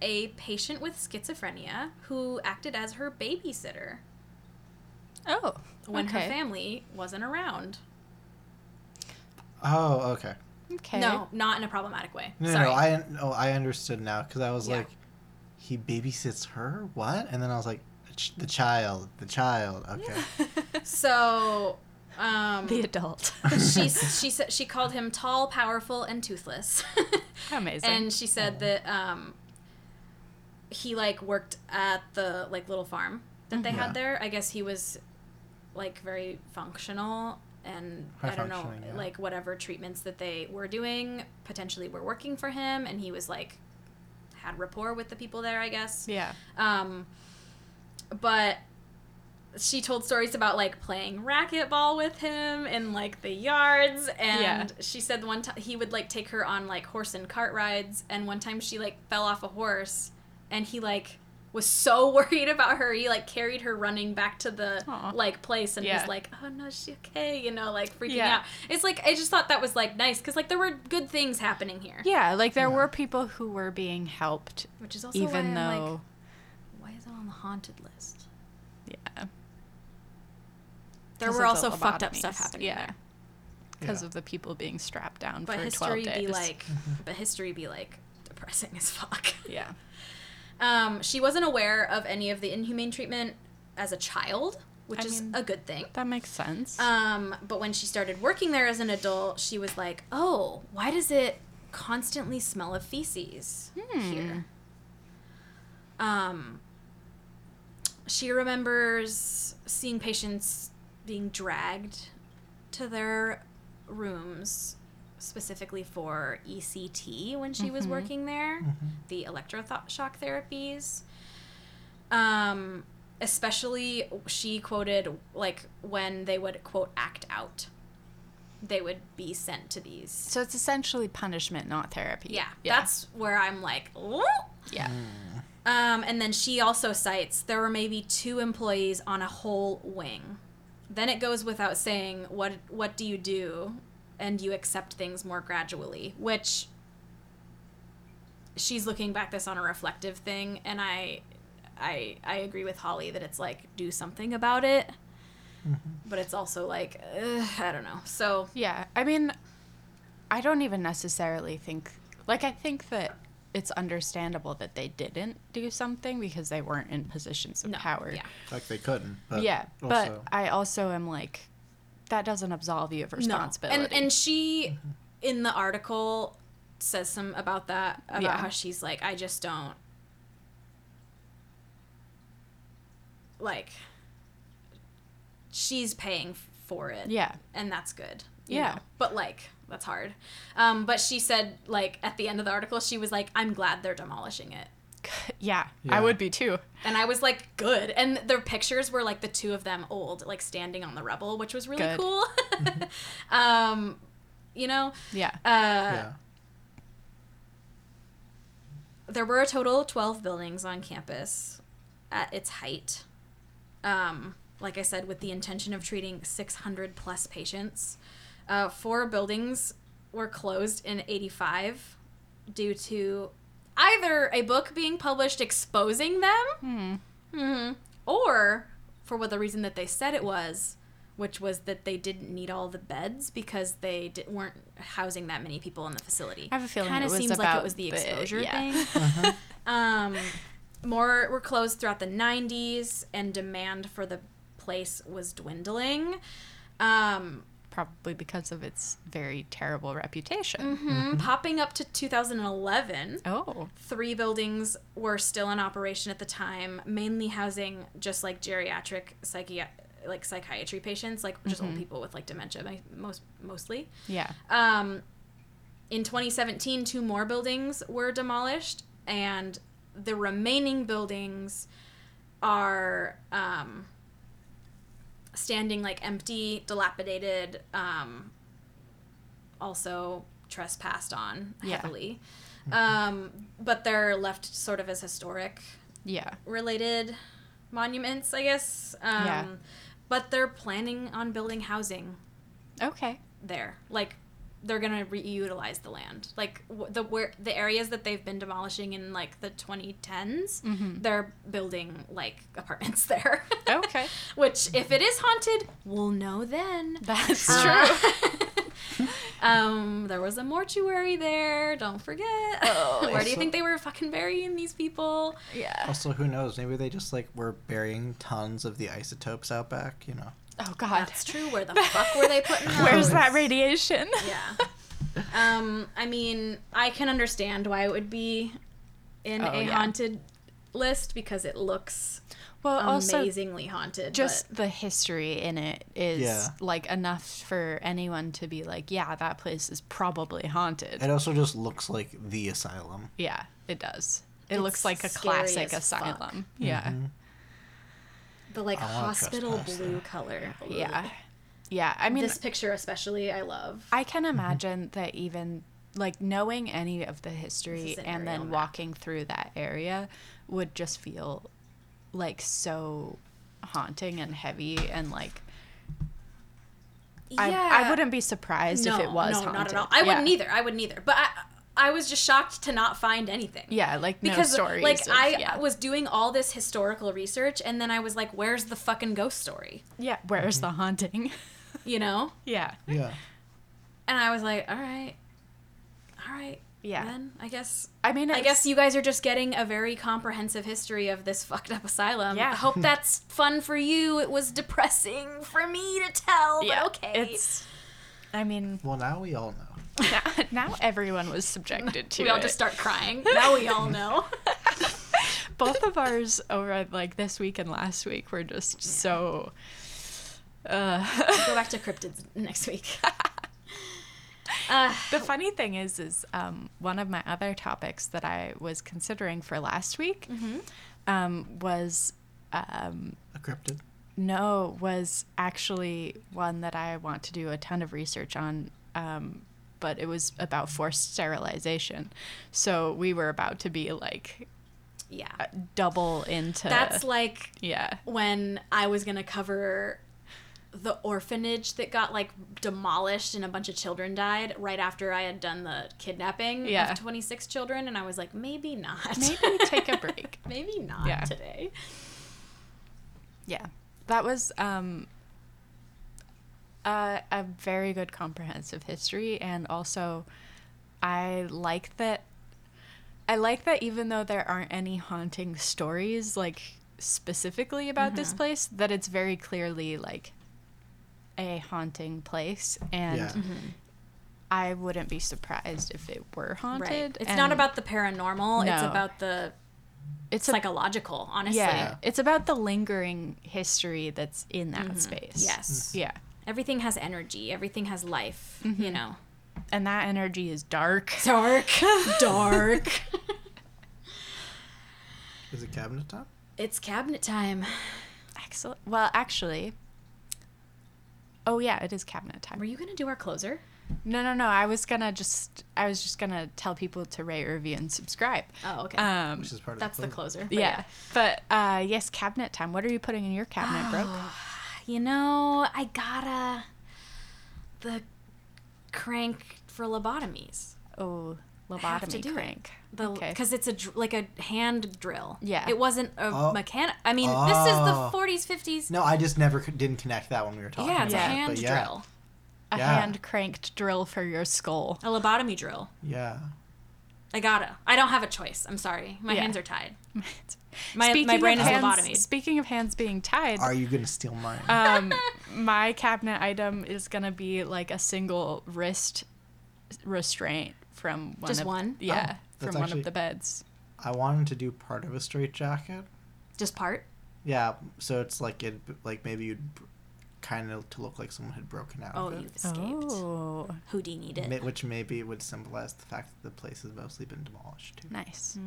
Speaker 1: a patient with schizophrenia who acted as her babysitter
Speaker 2: Oh.
Speaker 1: when her
Speaker 2: okay.
Speaker 1: family wasn't around.
Speaker 3: Oh, okay.
Speaker 2: Okay. [laughs]
Speaker 1: No, not in a problematic way.
Speaker 3: No,
Speaker 1: Sorry.
Speaker 3: no, I no, I understood now because I was
Speaker 1: Yeah.
Speaker 3: like, he babysits her. What? And then I was like, the, ch- the child, the child. Okay.
Speaker 1: so, um,
Speaker 2: the adult.
Speaker 1: [laughs] she
Speaker 3: [laughs]
Speaker 1: she said she called him tall, powerful, and toothless. [laughs]
Speaker 2: Amazing.
Speaker 1: and she said that um, he like worked at the like little farm that they
Speaker 3: Mhm. Yeah.
Speaker 1: had there. I guess he was like very functional and
Speaker 3: High
Speaker 1: I don't know
Speaker 3: functioning, yeah.
Speaker 1: like whatever treatments that they were doing potentially were working for him, and he was like had rapport with the people there. I guess.
Speaker 2: yeah.
Speaker 1: Um, but she told stories about like playing racquetball with him in like the yards, and
Speaker 2: Yeah.
Speaker 1: she said the one time he would like take her on like horse and cart rides, and one time she like fell off a horse, and he like was so [laughs] worried about her he like carried her running back to the
Speaker 2: Aw.
Speaker 1: like place and
Speaker 2: Yeah.
Speaker 1: was like oh no is she okay you know like freaking
Speaker 2: Yeah.
Speaker 1: out it's like i just thought that was like nice because like there were good things happening here
Speaker 2: Yeah, like there
Speaker 3: Yeah.
Speaker 2: were people who were being helped
Speaker 1: which is also
Speaker 2: even
Speaker 1: why I'm,
Speaker 2: though
Speaker 1: like, why is it on the haunted list
Speaker 2: yeah.
Speaker 1: There
Speaker 2: 'cause
Speaker 1: were
Speaker 2: of the
Speaker 1: also fucked up stuff
Speaker 2: lobotomies.
Speaker 1: happening
Speaker 2: Yeah.
Speaker 1: there.
Speaker 2: Because
Speaker 3: Yeah.
Speaker 2: of the people being strapped down
Speaker 1: But
Speaker 2: for 12
Speaker 1: history
Speaker 2: days.
Speaker 1: be like,
Speaker 2: Mm-hmm.
Speaker 1: but history be like depressing as fuck. [laughs]
Speaker 2: yeah.
Speaker 1: Um, she wasn't aware of any of the inhumane treatment as a child, which
Speaker 2: I
Speaker 1: is
Speaker 2: mean-
Speaker 1: a good thing.
Speaker 2: That makes sense.
Speaker 1: Um, but when she started working there as an adult, she was like, "Oh, why does it constantly smell of feces here?" Um, she remembers seeing patients being dragged to their rooms specifically for ECT when she was working there, the electroshock therapies. Um, especially, she quoted like when they would quote act out, they would be sent to these.
Speaker 2: so it's essentially punishment, not therapy.
Speaker 1: Yeah,
Speaker 2: Yeah.
Speaker 1: that's where I'm like, "Whoa."
Speaker 2: yeah.
Speaker 1: Um, and then she also cites there were maybe two employees on a whole wing. Then it goes without saying what what do you do, and you accept things more gradually, which she's looking back this on a reflective thing, and I I I agree with Holly that it's like do something about it, but it's also like ugh, I don't know. So
Speaker 2: Yeah. I mean, I don't even necessarily think, like, I think that it's understandable that they didn't do something because they weren't in positions of
Speaker 1: no,
Speaker 2: power.
Speaker 1: yeah,
Speaker 3: Like they couldn't. But
Speaker 2: yeah.
Speaker 3: also-
Speaker 2: But I also am like, that doesn't absolve you of responsibility.
Speaker 1: No. And and she in the article says some about that about
Speaker 2: Yeah.
Speaker 1: how she's like I just don't like she's paying f- for it.
Speaker 2: yeah. [laughs]
Speaker 1: And that's good. you
Speaker 2: Yeah.
Speaker 1: know? But like that's hard. Um but she said like at the end of the article she was like I'm glad they're demolishing it.
Speaker 2: yeah.
Speaker 3: Yeah.
Speaker 2: I would be too.
Speaker 1: And I was like, good. And their pictures were like the two of them old, like standing on the rubble, which was really
Speaker 2: Good.
Speaker 1: cool. [laughs] um, you know,
Speaker 2: Yeah.
Speaker 1: uh,
Speaker 3: yeah.
Speaker 1: there were a total of 12 buildings on campus at its height. Um, like I said, with the intention of treating 600 plus patients. Uh, four buildings were closed in 85 due to either a book being published exposing them
Speaker 2: Hmm.
Speaker 1: Mhm. or for what the reason that they said it was which was that they didn't need all the beds because they di- weren't housing that many people in the facility
Speaker 2: I have a feeling
Speaker 1: kind
Speaker 2: it
Speaker 1: of
Speaker 2: was
Speaker 1: seems like
Speaker 2: about
Speaker 1: it was the
Speaker 2: the-
Speaker 1: exposure
Speaker 2: yeah.
Speaker 1: thing
Speaker 2: [laughs]
Speaker 1: um, more were closed throughout the 90s and demand for the place was dwindling um,
Speaker 2: Probably because of its very terrible reputation.
Speaker 1: mhm, popping up to 2011
Speaker 2: Oh.
Speaker 1: three buildings were still in operation at the time, mainly housing just like geriatric psychi- like psychiatry patients, like just old people with like dementia, mi- most mostly.
Speaker 2: Yeah.
Speaker 1: Um, in 2017, two more buildings were demolished, and the remaining buildings are um, standing like empty, dilapidated, um, also trespassed on
Speaker 2: Yeah.
Speaker 1: heavily. Um, but they're left sort of as historic
Speaker 2: Yeah.
Speaker 1: related monuments, I guess. Um,
Speaker 2: Yeah.
Speaker 1: But they're planning on building housing
Speaker 2: Okay.
Speaker 1: there. Like they're gonna reutilize the land. Like w- the where the areas that they've been demolishing in like the 2010s,
Speaker 2: Mm-hmm.
Speaker 1: they're building like [laughs] apartments there.
Speaker 2: Okay.
Speaker 1: [laughs] Which, if it is haunted, we'll know then.
Speaker 2: That's true.
Speaker 1: Uh, [laughs] um, there was a mortuary there. Don't forget. [laughs]
Speaker 2: Oh,
Speaker 1: Where do you
Speaker 3: also-
Speaker 1: think they were fucking burying these people?
Speaker 2: Yeah.
Speaker 3: Also, who knows? Maybe they just like were burying tons of the isotopes out back. You know.
Speaker 2: Oh God.
Speaker 1: That's true. Where the fuck were they putting those?
Speaker 2: [laughs] Where's that radiation?
Speaker 1: Yeah. Um, I mean, I can understand why it would be in
Speaker 2: Oh,
Speaker 1: a
Speaker 2: yeah.
Speaker 1: haunted list because it looks
Speaker 2: [laughs] Well, also
Speaker 1: amazingly haunted.
Speaker 2: just
Speaker 1: but
Speaker 2: the history in it is
Speaker 3: Yeah.
Speaker 2: like enough for anyone to be like, yeah, that place is probably haunted.
Speaker 3: It also just looks like the asylum.
Speaker 2: yeah, it does. It
Speaker 1: It's
Speaker 2: looks like a
Speaker 1: scary
Speaker 2: classic
Speaker 1: as fuck. Mm-hmm.
Speaker 2: asylum. Yeah.
Speaker 3: Mm-hmm.
Speaker 1: the like
Speaker 3: I wanna
Speaker 1: hospital
Speaker 3: trespass
Speaker 1: blue color.
Speaker 2: Yeah. Yeah. I mean,
Speaker 1: This Mm-hmm. picture especially, I love.
Speaker 2: I can imagine that even like knowing any of the history
Speaker 1: is an
Speaker 2: and
Speaker 1: aerial
Speaker 2: then
Speaker 1: map.
Speaker 2: walking through that area would just feel like so haunting and heavy and like I, I wouldn't be surprised if it was haunted.
Speaker 1: not at all. I
Speaker 2: Yeah.
Speaker 1: wouldn't either. I wouldn't either. But I, I was just shocked to not find anything.
Speaker 2: Yeah, like
Speaker 1: Because
Speaker 2: no stories.
Speaker 1: like
Speaker 2: of-
Speaker 1: I
Speaker 2: yeah.
Speaker 1: was doing all this historical research and then I was like, where's the fucking ghost story?
Speaker 2: yeah. Where's the haunting? [laughs]
Speaker 1: You know?
Speaker 2: yeah,
Speaker 3: Yeah.
Speaker 1: And I was like, all right, all right.
Speaker 2: Yeah.
Speaker 1: Then I guess
Speaker 2: I mean,
Speaker 1: I guess you guys are just getting a very comprehensive history of this fucked up asylum.
Speaker 2: Yeah.
Speaker 1: I hope that's fun for you. It was depressing for me to tell,
Speaker 2: yeah,
Speaker 1: but okay.
Speaker 2: It's.
Speaker 1: [laughs]
Speaker 2: I mean,
Speaker 3: Well, now we all know.
Speaker 2: now, [laughs] now everyone was
Speaker 1: [laughs]
Speaker 2: subjected to
Speaker 1: we all
Speaker 2: it.
Speaker 1: just start [laughs] crying. Now we all know.
Speaker 2: [laughs] both of ours over like this week and last week were just so uh [laughs]
Speaker 1: Go back to cryptids next week. [laughs] Uh,
Speaker 2: the funny thing is is um one of my other topics that i was considering for last week
Speaker 1: Mm-hmm.
Speaker 2: um was um
Speaker 3: A cryptid.
Speaker 2: no was actually one that i want to do a ton of research on um but it was about forced sterilization so we were about to be like uh,
Speaker 1: yeah.
Speaker 2: double into
Speaker 1: That's like
Speaker 2: yeah
Speaker 1: when I was gonna cover the orphanage that got like demolished and a bunch of children died right after I had done the kidnapping
Speaker 2: Yeah.
Speaker 1: of 26 children and I was like maybe not
Speaker 2: maybe take a break
Speaker 1: [laughs] maybe not
Speaker 2: Yeah.
Speaker 1: today
Speaker 2: Yeah. That was um a, a very good comprehensive history and also I like that I like that even though there aren't any haunting stories like specifically about
Speaker 1: Mm-hmm.
Speaker 2: this place that it's very clearly like a haunting place and mm-hmm.
Speaker 3: Yeah.
Speaker 2: I wouldn't be surprised if it were haunted.
Speaker 1: right it's
Speaker 2: and
Speaker 1: not about the paranormal it's
Speaker 2: No.
Speaker 1: about the
Speaker 2: it's a-
Speaker 1: psychological honestly
Speaker 2: yeah, it's about the lingering history that's in that space.
Speaker 1: Mm-hmm. yes
Speaker 2: Mm-hmm. Yeah. Mm-hmm.
Speaker 1: everything has energy everything has life you know
Speaker 2: and that energy is dark. [laughs]
Speaker 1: dark dark
Speaker 3: Is it cabinet time?
Speaker 1: it's cabinet time
Speaker 2: Excellent. Well, actually, oh yeah, it is cabinet
Speaker 1: were
Speaker 2: time.
Speaker 1: you gonna do our closer
Speaker 2: No, no, no. I was gonna just, I was just gonna tell people to rate, review, and subscribe.
Speaker 1: oh okay
Speaker 2: Um,
Speaker 3: Which is part of
Speaker 1: that's the
Speaker 3: closet.
Speaker 1: closer but
Speaker 2: yeah, but uh, yes, cabinet time. What are you putting in your cabinet, bro?
Speaker 1: [gasps] You know, I gotta the crank for lobotomies.
Speaker 2: Oh,
Speaker 1: I have to
Speaker 2: lobotomy
Speaker 1: do it.
Speaker 2: crank.
Speaker 1: The
Speaker 2: Okay.
Speaker 1: because it's a dr- like a hand drill.
Speaker 2: Yeah.
Speaker 1: it wasn't a
Speaker 3: Oh.
Speaker 1: mechanic. I mean, this is the
Speaker 3: Oh.
Speaker 1: forties, fifties.
Speaker 3: No, I just never c- didn't connect that when we were talking.
Speaker 1: yeah, it's
Speaker 3: about
Speaker 1: a
Speaker 3: it,
Speaker 1: hand
Speaker 3: but yeah.
Speaker 1: drill,
Speaker 2: A
Speaker 3: Yeah.
Speaker 2: hand cranked drill for your skull.
Speaker 1: a lobotomy drill.
Speaker 3: Yeah.
Speaker 1: I gotta. I don't have a choice. I'm sorry. [laughs] My
Speaker 2: Yeah.
Speaker 1: hands are tied.
Speaker 2: my,
Speaker 1: brain is
Speaker 2: hands,
Speaker 1: lobotomied.
Speaker 2: Speaking of hands being tied,
Speaker 3: Are you gonna steal mine?
Speaker 1: Uh,
Speaker 2: um, my cabinet item is gonna be like a single wrist restraint from one
Speaker 1: Just
Speaker 2: of,
Speaker 1: one?
Speaker 2: yeah
Speaker 3: Oh,
Speaker 2: from
Speaker 3: that's
Speaker 2: one
Speaker 3: actually-
Speaker 2: of the beds
Speaker 3: I wanted to do part of a straight jacket.
Speaker 1: Just part.
Speaker 3: Yeah, so it's like it like maybe you'd br- kind of to look like someone had broken out.
Speaker 1: Oh,
Speaker 3: of it.
Speaker 1: you've escaped.
Speaker 2: oh
Speaker 1: Houdini
Speaker 3: Ma-
Speaker 1: did.
Speaker 3: Which maybe would symbolize the fact that the place has mostly been demolished too.
Speaker 2: nice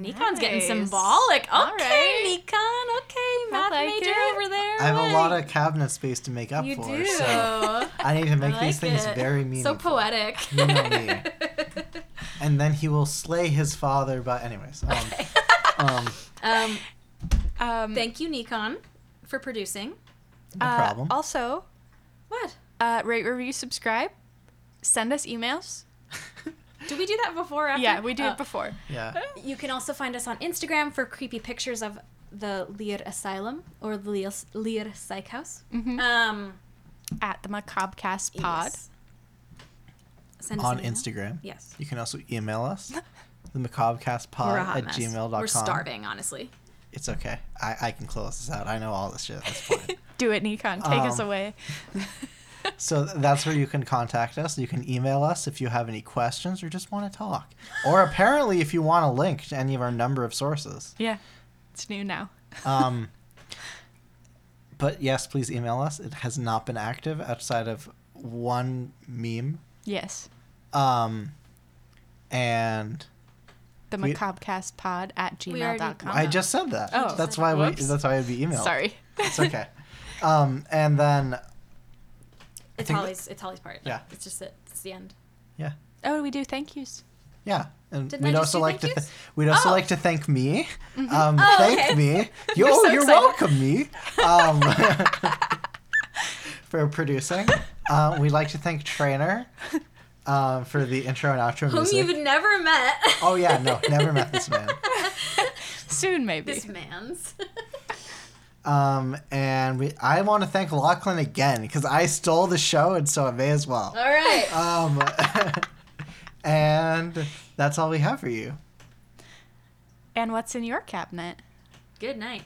Speaker 1: Nikon's getting
Speaker 2: Nice.
Speaker 1: symbolic. Okay,
Speaker 2: All right.
Speaker 1: Nikon. Okay, math
Speaker 2: like
Speaker 1: major
Speaker 2: it.
Speaker 1: over there.
Speaker 3: I have a
Speaker 1: Hey.
Speaker 3: lot of cabinet space to make up
Speaker 1: You
Speaker 3: for,
Speaker 1: do.
Speaker 3: so
Speaker 1: [laughs]
Speaker 3: I need to make
Speaker 1: I
Speaker 3: these
Speaker 1: like
Speaker 3: things
Speaker 1: it.
Speaker 3: very meaningful.
Speaker 1: So poetic. [laughs]
Speaker 3: You know me. and then he will slay his father by anyways. Um, Um,
Speaker 1: [laughs] Um,
Speaker 2: Um,
Speaker 1: thank you, Nikon, for producing.
Speaker 3: no
Speaker 2: uh,
Speaker 3: problem.
Speaker 2: Also,
Speaker 1: What?
Speaker 2: uh, rate, review, subscribe, send us emails.
Speaker 1: Did we do that before? Or after?
Speaker 2: Yeah, we did
Speaker 1: Oh.
Speaker 2: it before.
Speaker 1: [laughs]
Speaker 3: yeah.
Speaker 1: You can also find us on Instagram for creepy pictures of the Lear Asylum or the Lear, Lear Psych House. Um,
Speaker 2: At the Macabcast Mm-hmm. Pod.
Speaker 1: yes. Send us
Speaker 3: On
Speaker 1: an email.
Speaker 3: Instagram.
Speaker 1: Yes.
Speaker 3: You can also
Speaker 1: [laughs]
Speaker 3: email us, the macabrecastpod
Speaker 1: We're a hot
Speaker 3: at
Speaker 1: mess.
Speaker 3: gmail.com.
Speaker 1: We're starving, honestly.
Speaker 3: It's okay. I, I can close this out. I know all this shit. That's fine.
Speaker 2: Do it, Nikon. Take us
Speaker 3: Um,
Speaker 2: away.
Speaker 3: [laughs] so that's where you can contact us. You can email us if you have any questions or just want to talk. Or apparently, if you want a link to any of our number of sources.
Speaker 2: Yeah, it's new now.
Speaker 3: Um, but yes, please email us. It has not been active outside of one meme.
Speaker 2: Yes.
Speaker 3: Um, and
Speaker 2: The
Speaker 3: We-
Speaker 2: Macabcast Pod at
Speaker 1: We already-
Speaker 2: gmail.com.
Speaker 3: I just said that.
Speaker 2: Oh.
Speaker 3: that's why we.
Speaker 2: Whoops.
Speaker 3: That's why it'd be emailed.
Speaker 2: Sorry. [laughs]
Speaker 3: It's okay. Um, and then
Speaker 1: It's
Speaker 3: think-
Speaker 1: Holly's. It's Holly's part.
Speaker 3: Yeah.
Speaker 1: It's just it. It's the end.
Speaker 3: yeah,
Speaker 2: Oh, we do thank yous.
Speaker 3: yeah. And
Speaker 1: Didn't I
Speaker 3: we'd
Speaker 1: just
Speaker 3: also
Speaker 1: do
Speaker 3: like to
Speaker 1: thank
Speaker 3: th-
Speaker 1: yous?
Speaker 3: we'd also
Speaker 1: Oh.
Speaker 3: like to thank me. Um,
Speaker 1: Oh,
Speaker 3: thank
Speaker 1: okay. [laughs]
Speaker 3: me. Yo, you're,
Speaker 2: so excited.
Speaker 3: welcome, me. Um, [laughs] for producing, um, we'd like to thank Trainer um, for the intro and outro
Speaker 1: Whom
Speaker 3: music.
Speaker 1: you've never met.
Speaker 3: Oh yeah, no, never met this man.
Speaker 2: Soon,
Speaker 1: [laughs]
Speaker 2: maybe.
Speaker 1: This man's. [laughs]
Speaker 3: Um, and we, I want to thank Lachlan again because I stole the show, and so I may as well.
Speaker 1: All right.
Speaker 3: Um, [laughs] and that's all we have for you.
Speaker 2: And what's in your cabinet?
Speaker 1: Good night.